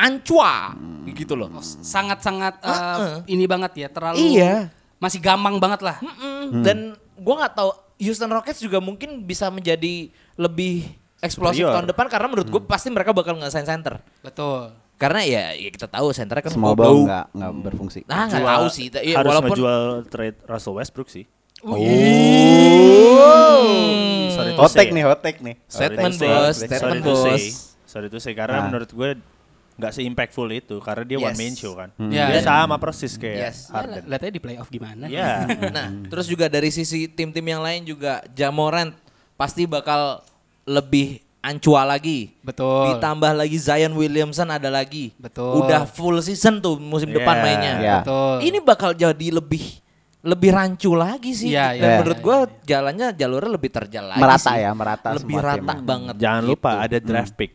ancua Hmm. gitu loh. sangat-sangat eh, ini banget ya terlalu Iya. masih gampang banget lah Mm-mm. Hmm. Dan gua nggak tahu Houston Rockets juga mungkin bisa menjadi lebih eksplosif Superior. Hmm. tahun depan karena menurut gue pasti mereka bakal nge-sign center. betul Karena ya, ya kita tahu centernya kan Semua goblok. bau nggak nggak berfungsi. Nah nggak Jual- tahu sih, ta- iya, harus walaupun ngejual trade Russell Westbrook sih. Sorry to Hotek say. nih, hotek nih. Statement, Sorry to bos. say. Statement, Sorry to say. bos. Sorry to say, karena Nah. menurut gue nggak se-impactful itu karena dia Yes. one man show kan. Hmm. Ya, Dia ya. sama persis kayak Yes. Harden. Iya, lihat aja di playoff gimana Iya. Nah, terus juga dari sisi tim-tim yang lain juga Jamorant pasti bakal lebih ancua lagi. Betul. Ditambah lagi Zion Williamson ada lagi. Betul. Udah full season tuh musim depan Yeah. mainnya. Yeah. betul Ini bakal jadi lebih lebih rancu lagi sih. Iya, Dan iya, menurut iya, gua jalannya jalurnya lebih terjal lagi. Merata sih. ya, merata Lebih semua tim. rata banget. Jangan gitu. lupa ada draft pick.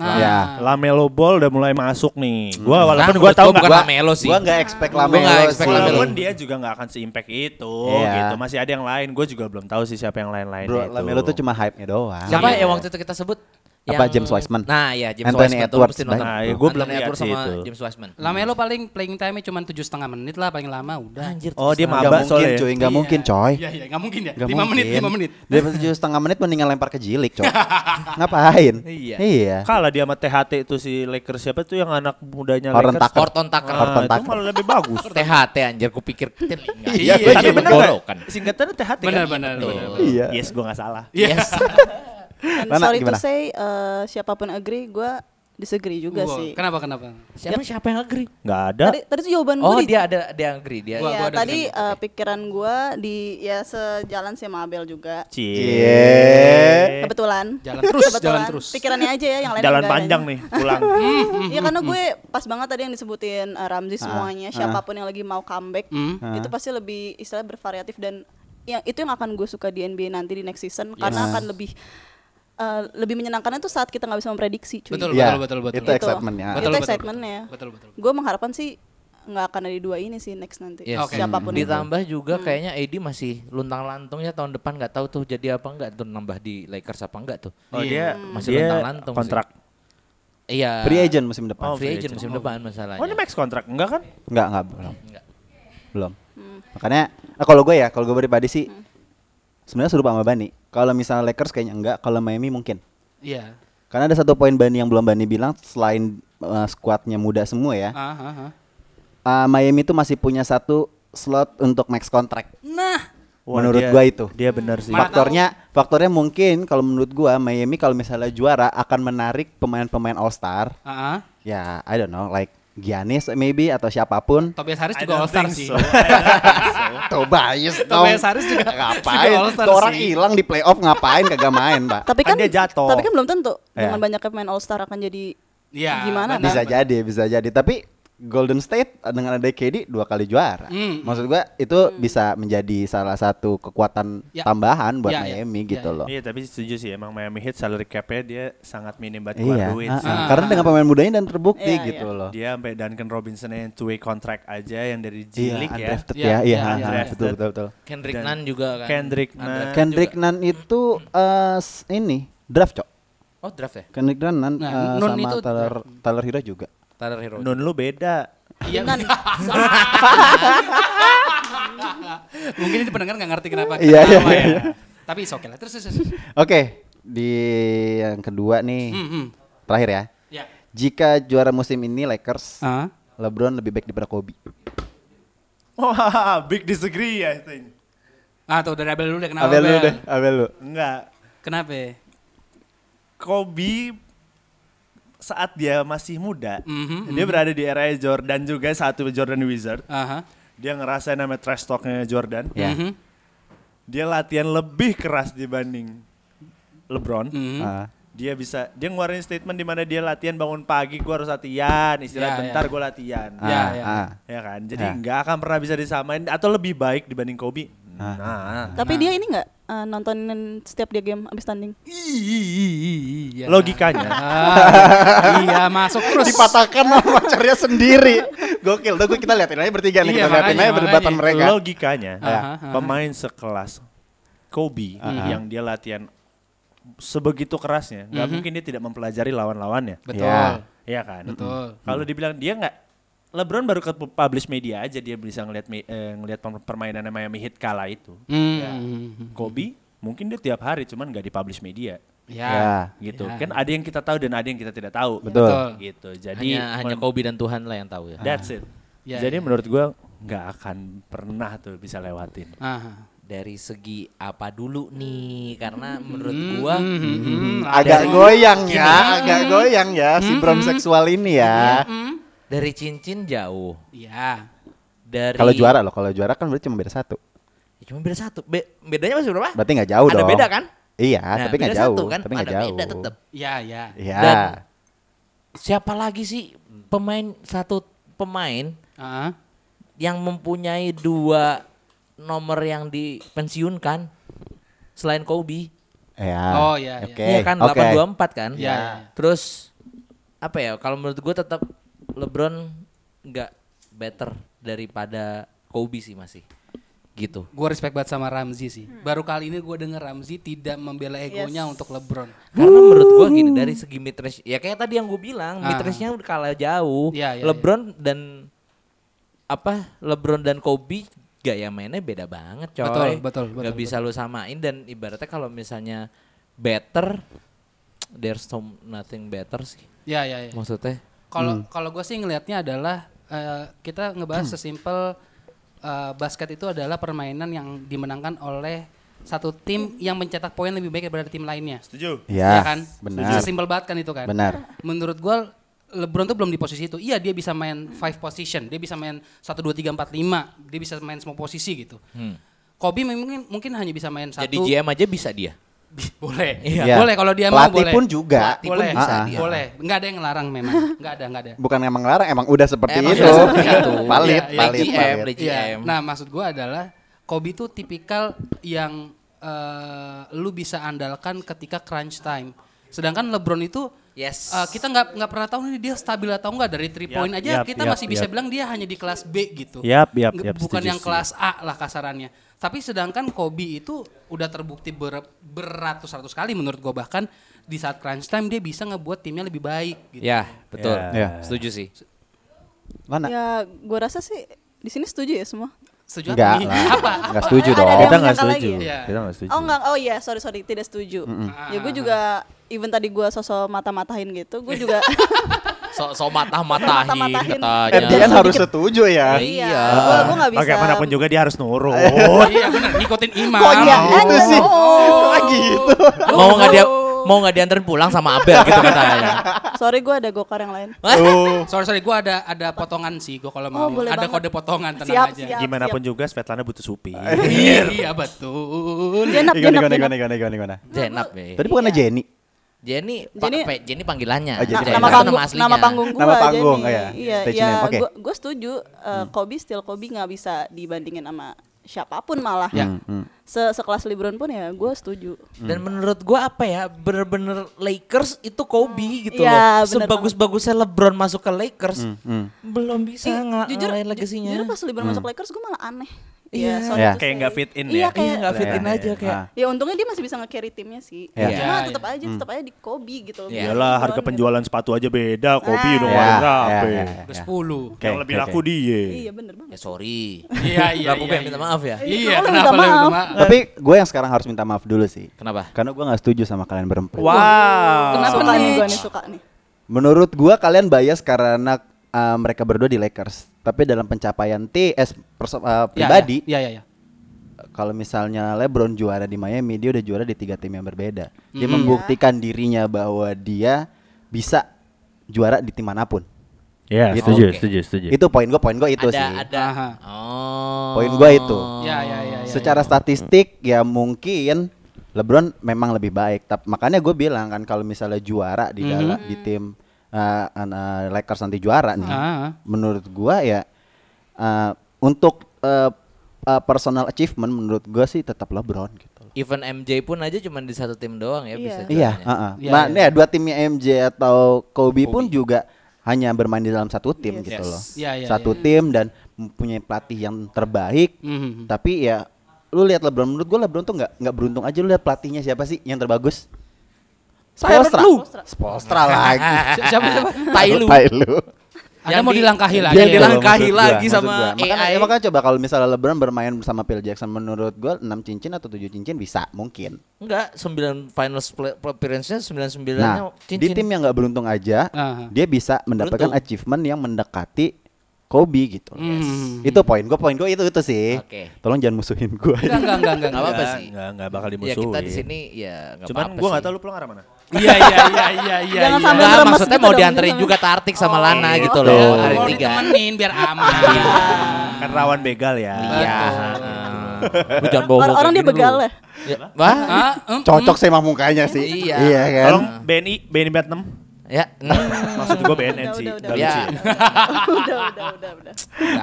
nah Ya. Lamelo Ball udah mulai masuk nih. Hmm. Gua Nah, walaupun menurut gua tahu gua bukan nggak Lamelo sih. Gua nggak expect Gua Lamelo. nggak sih. expect Lamelo. Walaupun dia juga nggak akan se-impact itu Iya. gitu. Masih ada yang lain. Gue juga belum tahu sih siapa yang lain-lain Bro, itu. Lamelo tuh cuma hype-nya doang. Siapa Iya. yang waktu itu kita sebut? Apa, James Wiseman? Nah, ya James Anthony Wiseman Edwards, tuh pasti nonton. baik. Nah, ya gua belum Anthony lihat Edwards sih sama itu. James Wiseman. Lamelo paling playing time-nya cuma tujuh setengah menit lah paling lama udah. Anjir. Oh, dia Nggak maba mungkin, soalnya. cuy, ya. nggak mungkin, coy. Iya iya nggak mungkin ya. Nggak lima menit mungkin. lima menit. Dia tujuh setengah menit mendingan lempar ke jilik, coy. Ngapain? Iya. Iya. Kalah dia sama THT itu si Lakers siapa tuh yang anak mudanya Horton Lakers? Tucker. Horton Tucker. Ah, Horton Itu Tucker. malah lebih bagus. THT anjir kupikir Iya, gue iya, bener gorokan. nggak? Singkatannya THT Benar kan? benar Betul. benar. Iya. Yes, gue nggak salah. Yes. And Nana, sorry gimana? to say, eh, siapapun agree, gue disagree juga Wow, sih. Kenapa kenapa? siapa siapa yang agree? Nggak ada. Tadi, tadi tuh jawaban Oh, gue dia ada dia yang agree dia. Gua- Iya, gua ada tadi pikiran. eh, pikiran gue di ya sejalan sama Abel juga. Cie. Kebetulan. Jalan terus, jalan Kebetulan. terus. Pikirannya aja ya yang lain. Jalan enggak panjang kayaknya. nih pulang. Iya Hmm. karena gue pas banget tadi yang disebutin eh, Ramzi semuanya, siapapun yang lagi mau comeback, Ah, Hmm. itu pasti lebih istilah bervariatif dan yang itu yang akan gue suka di NBA nanti di next season karena akan lebih eh, lebih menyenangkannya tuh saat kita nggak bisa memprediksi cuy. Betul Iya. betul betul betul. Itu Gitu. excitementnya. Itu Betul, betul, excitementnya. betul, betul, betul. Gue mengharapkan sih nggak akan ada di dua ini sih next nanti. Yes. Oke. Siapapun itu. Ditambah juga kayaknya AD masih luntang lantungnya tahun depan nggak tahu tuh jadi apa nggak tuh nambah di Lakers apa nggak tuh. Oh dia Masih dia lantang-lantung sih. kontrak. Iya. Free agent musim depan. Oh, Free free agent agent. musim depan masalahnya. Oh ini max kontrak enggak kan? Enggak, enggak belum. Nggak. Belum. Makanya eh, kalau gue ya, kalau gue pribadi sih Hmm. sebenarnya serupa sama Bani. Kalau misalnya Lakers kayaknya enggak, kalau Miami mungkin. Iya. Karena ada satu poin Bani yang belum Bani bilang selain eh, skuadnya muda semua ya. Ah, ah, ah. eh, Miami itu masih punya satu slot untuk max contract. Nah, Wah, Menurut dia- gua itu. Dia benar sih. Mana Mak- Faktornya faktornya mungkin kalau menurut gua Miami kalau misalnya juara akan menarik pemain-pemain All Star. ah, ah. Ya, I don't know like Giannis maybe atau siapapun. Tobias Harris I juga don't All Star think sih. so. Tobias dong. Tobias Harris juga ngapain? juga All-Star Tuh orang sih. hilang di playoff ngapain kagak main, Pak? Tapi kan Kan dia jatuh. Tapi kan belum tentu Iya. dengan banyaknya pemain All Star akan jadi Iya. Gimana, benar, Bisa benar. jadi, bisa jadi. Tapi Golden State dengan ada KD dua kali juara. Hmm. Maksud gua itu bisa menjadi salah satu kekuatan Ya. tambahan buat Ya, ya. Miami Ya, gitu ya. loh. Iya tapi setuju sih emang Miami Heat salary cap-nya dia sangat minim banget Iya. keluar duit. ah, sih. ah. Karena dengan pemain mudanya dan terbukti Iya, gitu loh. Dia sampai Duncan Robinson yang two way contract aja yang dari Iya, G League ya. undrafted Iya, ya. Iya, iya, ah, iya, ah, iya. betul betul betul. Kendrick Dan- Nunn juga kan. Kendrick Nunn. Undrafted Kendrick juga. Nunn itu eh, s- ini draft, Cok. Oh draft ya. Kendrick Nunn Nah, eh, Nun sama itu Tyler Tyler Hero juga. Tyler Hero. Nun lu beda. Iya. Mungkin ini pendengar nggak ngerti kenapa. Iya, iya, ketawa iya, ya. iya. Tapi it's okay lah. Terus terus. terus. Oke, di yang kedua nih. Hmm, hmm. Terakhir ya. Ya. Jika juara musim ini Lakers, Ah. LeBron lebih baik daripada Kobe. Wah, big disagree I think. Ah tuh dari Abel dulu deh kenapa Abel Abel? lu deh, Abel lu. Enggak. Kenapa? Kobe saat dia masih muda, Mhm, dia berada di era Jordan juga satu Jordan Wizard. Aha. Dia ngerasain namanya trash talknya Jordan. Ya. Mhm, Dia latihan lebih keras dibanding LeBron. mhm. Ah. Dia bisa dia ngeluarin statement di mana dia latihan bangun pagi, gua harus latihan, istirahat Ya, bentar ya. gua latihan. Ya, Ah, ya. ah. Ya kan? Jadi Ya. nggak akan pernah bisa disamain atau lebih baik dibanding Kobe. Ah. Nah, Tapi dia ini nggak eh, nontonin setiap dia game abis tanding? Iya. logikanya Ah, iya masuk terus. Dipatahkan sama pacarnya sendiri. Gokil. Udah gua- kita liatin aja bertiga nih, Iya, kita liatin makanya, aja perdebatan makanya. mereka. logikanya kan? Aha, aha. pemain sekelas Kobe yang dia latihan sebegitu kerasnya nggak mungkin dia tidak mempelajari lawan-lawannya Mhm. Betul. Ya. Iya kan? Betul. Kalau dibilang dia nggak LeBron baru ke publish media aja dia bisa ngelihat mi- eh, ngelihat pem- permainannya Miami Heat kala itu. Hmm. Kobe mungkin dia tiap hari cuman nggak di publish media Ya. Ya. gitu. Ya. Kan ada yang kita tahu dan ada yang kita tidak tahu. Betul. Iya, Betul. Gitu. Jadi Hanya, hanya men- Kobe dan Tuhan lah yang tahu ya. that's it. Ya, Jadi ya. menurut gua nggak akan pernah tuh bisa lewatin. Aha. Dari segi apa dulu nih? Karena menurut gua Hmm, Agak ada- goyang ya, agak goyang ya si Bron seksual ini ya. dari cincin jauh. Iya. Dari Kalau juara loh, kalau juara kan berarti cuma beda satu. Ya, cuma beda satu. Be- bedanya masih berapa? Berarti nggak jauh Ada dong. beda kan? Iya, Nah, tapi nggak beda jauh. satu kan? Tapi nggak Ada jauh. beda tetep. Ya, ya. Iya. Dan- Siapa lagi sih pemain satu pemain Ah. yang mempunyai dua nomor yang dipensiunkan selain Kobe? Ya. Oh, iya, iya. Oke. Iya kan oke. 824 kan? Iya. Terus apa ya? Kalau menurut gue tetap LeBron nggak better daripada Kobe sih masih. Gitu. Gue respect banget sama Ramzi sih. Baru kali ini gue denger Ramzi tidak membela egonya untuk LeBron. Karena menurut gua gini dari segi mid range ya kayak tadi yang gue bilang mid Ah. range-nya udah kalah jauh. Iya, iya, LeBron dan apa? LeBron dan Kobe gaya mainnya beda banget, coy. Betul, betul, betul, Gak bisa lu samain dan ibaratnya kalau misalnya better there's some nothing better sih. Ya, ya, ya. Maksudnya Hmm. Kalau kalau gue sih ngelihatnya adalah eh, kita ngebahas sesimpel eh, basket itu adalah permainan yang dimenangkan oleh satu tim yang mencetak poin lebih baik daripada tim lainnya. Setuju? Iya. kan? Benar. Sesimpel banget kan itu kan. Benar. Menurut gue LeBron tuh belum di posisi itu. Iya dia bisa main five position, dia bisa main 1 2 3 4 5, dia bisa main semua posisi gitu. Kobe mungkin mungkin hanya bisa main satu. Hmm. jadi GM aja bisa dia. boleh. Iya. Boleh kalau dia mau Pelatih boleh. pun iya. juga. Pelatih pun Boleh. bisa Ah, ah. dia. Boleh. Enggak ada yang ngelarang memang. Enggak ada, enggak ada. Bukan emang larang, emang udah seperti Emang itu. udah seperti itu. Valid, Iya, iya, valid, GM, valid. deh. Iya. GM. Nah, maksud gua adalah Kobe itu tipikal yang eh, lu bisa andalkan ketika crunch time. Sedangkan LeBron itu Yes. eh, kita nggak nggak pernah tahu nih dia stabil atau enggak dari three Yap, point aja yap, kita yap, masih bisa yap. bilang dia hanya di kelas B gitu. Yap, yap, Nge- yap, Bukan setuju, yang setuju. kelas A lah kasarannya. Tapi sedangkan Kobe itu udah terbukti ber- beratus-ratus kali menurut gua bahkan di saat crunch time dia bisa ngebuat timnya lebih baik gitu. Ya, betul. Iya. Setuju sih. Nah. Mana? Ya, gua rasa sih di sini setuju ya semua. Setuju Enggak apa nih? lah. Apa? Enggak setuju Ada- ada dong. yang Kita nggak menyangkal setuju. lagi ya? Kita nggak setuju. Oh enggak, oh iya, sorry sorry, tidak setuju. Ya gue juga, even tadi gue sosok mata-matain gitu, gue juga So, so matah-matahin Mata-matahin. katanya. At the Edian Iya. harus setuju ya. iya, gue gue nggak bisa. Eh, Bagaimanapun juga dia harus nurut. Iya benar, ngikutin imam. Kok ya Mau. gitu sih? Oh. Kok gitu? mau nggak dia mau nggak dianterin pulang sama Abel gitu katanya. Sorry gue ada gokar yang lain. Oh. Sorry sorry, gue ada ada potongan sih, gue kalau mau Oh, boleh ada banget. kode potongan tenang Siap, aja. siap. Gimana pun juga Svetlana butuh supir. iya betul. Jenap, Gimana, jenap, gimana, jenap. gimana, gimana, gimana, gimana? Jenap ya. Tadi Iya. bukannya Jenny? Jenny, pa- Jenny- pe- Jenny panggilannya. Oh, Jenny Na- Jenny nama itu panggung aslinya. nama panggung gua Nama panggung, jadi, ya. iya Stage iya name, oke. gua, gua setuju eh, Kobe still Kobe nggak bisa dibandingin sama siapapun malah Ya. Hmm, Se- sekelas LeBron pun ya gua setuju Hmm. Dan menurut gua apa ya, bener-bener Lakers itu Kobe gitu loh. Iya, bener Sebagus-bagusnya LeBron masuk ke Hmm, Lakers, Hmm. belum bisa Eh, nggak jujur ngalahin ju- legasinya. jujur pas LeBron masuk Lakers gua malah aneh Iya. Iya, sorry Iya. to Kayak say. nggak fit iya, in ya. kayak, Iya nggak fit in Iya, aja iya. kayak. Ah. ya untungnya dia masih bisa nge-carry timnya sih Iya. cuma Iya, tetap aja tetap aja di Kobe gitu loh Iyalah LeBron harga gitu. penjualan sepatu aja beda, Kobe Nah. udah Ya, ngeluarin berapa. ya, ya. ya. Udah sepuluh. Yang Oke, lebih oke, laku oke. dia. iya bener banget Ya sorry. Iya iya. Nggak, aku iya, pengen iya. minta maaf ya. Iya, Lu kenapa minta lu minta maaf. maaf? Tapi gue yang sekarang harus minta maaf dulu sih. Kenapa? Karena gue gak setuju sama kalian berempat. Wow. Kenapa suka nih nih? gua nih suka nih Menurut gua kalian bias karena uh, mereka berdua di Lakers. Tapi dalam pencapaian TS perso- Ya, uh, Iya, pribadi, Iya iya iya. kalau misalnya LeBron juara di Miami, dia udah juara di tiga tim yang berbeda. Dia membuktikan dirinya bahwa dia bisa juara di tim manapun. Iya, Gitu. setuju, Oke. setuju, setuju. Itu poin gue, poin gue itu ada, sih. ada. Aha. Oh. Poin gua itu. Iya iya iya. iya, Secara statistik ya mungkin LeBron memang lebih baik. Tapi makanya gue bilang kan kalau misalnya juara di Mhm. dalam di tim uh, an- uh, Lakers nanti juara nih, Ah. menurut gua ya uh, eh, untuk uh, eh, personal achievement menurut gue sih tetap LeBron gitu. loh. Even MJ pun aja cuma di satu tim doang ya Iya. bisa. Iya, juaranya. heeh. Iya, nah, iya. nih ya, dua timnya MJ atau Kobe, pun juga hanya bermain di dalam satu tim Yes. gitu Yes. loh. Iya, iya, satu tim dan mempunyai pelatih yang terbaik. Mhm. Tapi ya lu lihat LeBron menurut gue LeBron tuh nggak nggak beruntung aja lu lihat pelatihnya siapa sih yang terbagus? Spolstra. Spolstra lagi. Si- Siapa siapa? Tai lu. Tai lu. Anda mau di- dilangkahi lagi. Dia ya? dilangkahi. Maksud lagi maksud sama Makanya, AI. ya makanya coba kalau misalnya LeBron bermain bersama Phil Jackson menurut gue 6 cincin atau 7 cincin bisa mungkin. Enggak, 9 finals play- appearance-nya 99 nya Nah, di cincin. tim yang nggak beruntung aja, Aha. dia bisa mendapatkan Beruntung. achievement yang mendekati Kobe gitu. loh. Hmm. Itu poin gue, poin gue itu itu sih. Oke. Tolong jangan musuhin gue. Enggak, enggak, enggak, enggak. Nggak apa-apa sih. Enggak, enggak bakal dimusuhin. ya kita di sini ya enggak Cuman apa-apa gua sih. enggak tahu lu pulang arah mana. Iya, iya, iya, iya, iya. Jangan iya. sampai Nggak, ngeremes maksudnya gitu mau dong, dianterin jangan. juga Tartik sama Lana Oh. gitu Iya. loh Mau hari Mau tiga. ditemenin biar aman. Iya. Kan rawan begal ya. Iya. heeh. Lu jangan bawa Orang, orang dia begal lah. Ya, wah. Ah, em, Cocok sih sama mukanya sih. Iya. kan. Tolong BNI, BNI Vietnam. Ya. Maksud gua BNN sih. Udah, udah, Nggak udah. lucu ya. udah, udah, udah, udah.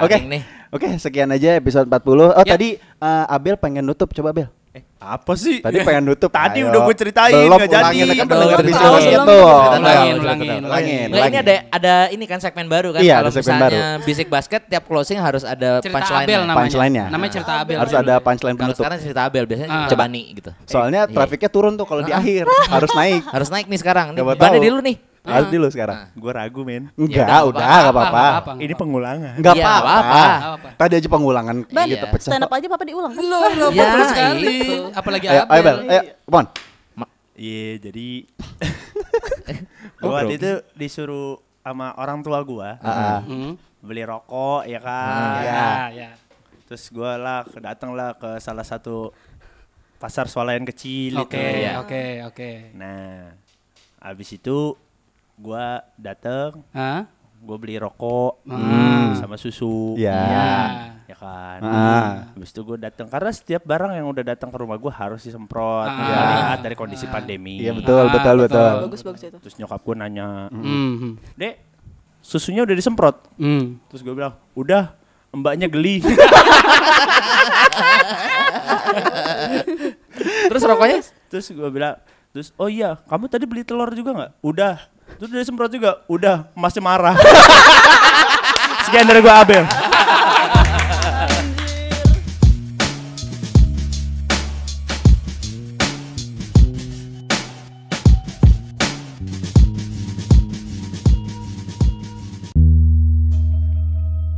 Oke. Oke. Nah, Nih. Oke, sekian aja episode 40. Oh, Ya. tadi eh, Abel pengen nutup coba Abel. Eh, apa sih? Tadi pengen nutup. Tadi ayo. udah gue ceritain, belum nggak jadi. ulangin, kan Belum belum cerita. episode Belum, itu. belum. Ulangin, Ulangin, ulangin, ulangin, Nggak, Nah, ini ada ada ini kan segmen baru kan Iya, kalau ada segmen misalnya bisik basket tiap closing harus ada cerita punchline. Abel namanya. Punchline-nya. Namanya cerita Abel. Harus ada punchline Kalau penutup. sekarang cerita Abel biasanya Ah. coba nih gitu. Soalnya Iya. trafiknya turun tuh kalau di akhir, harus naik. harus naik nih sekarang. Nih, Coba bannya tahu. di lu nih. Harus dulu sekarang. Gua ragu, men. Enggak, nggak udah enggak apa-apa. Ini pengulangan. Enggak Iya, nggak apa-apa. apa-apa. Nggak apa-apa. Tadi aja pengulangan Ban, gitu iya. pecah. Stand up kok. aja papa diulang. kan? Lo lo Ya, betul sekali. itu. Apalagi Ayo, ayo Bel, Eh, Abel. ayo, Bon. Iya, jadi Oh, gue waktu itu disuruh sama orang tua gua Ah, Hmm. beli rokok ya Ya. kan. Ya, ya. Terus gua lah datang lah ke salah satu pasar swalayan kecil Oke, ya. itu. Iya. Gitu. oke, oke. Nah, habis itu gua dateng, Hah? gua beli rokok Hmm. sama susu. Iya. Ya kan. Ah. Habis itu gua datang karena setiap barang yang udah datang ke rumah gua harus disemprot Ah. melihat dari kondisi pandemi. Iya betul, Ah, betul, betul. betul. Bagus, bagus itu. Terus nyokap gua nanya, Hmm. "Dek, susunya udah disemprot?" Hmm. Terus gua bilang, "Udah." Mbaknya geli. Terus rokoknya? terus gua bilang, "Terus oh iya, kamu tadi beli telur juga nggak?" "Udah." Terus udah disemprot juga? "Udah." Masih marah. Sekian dari gua Abel.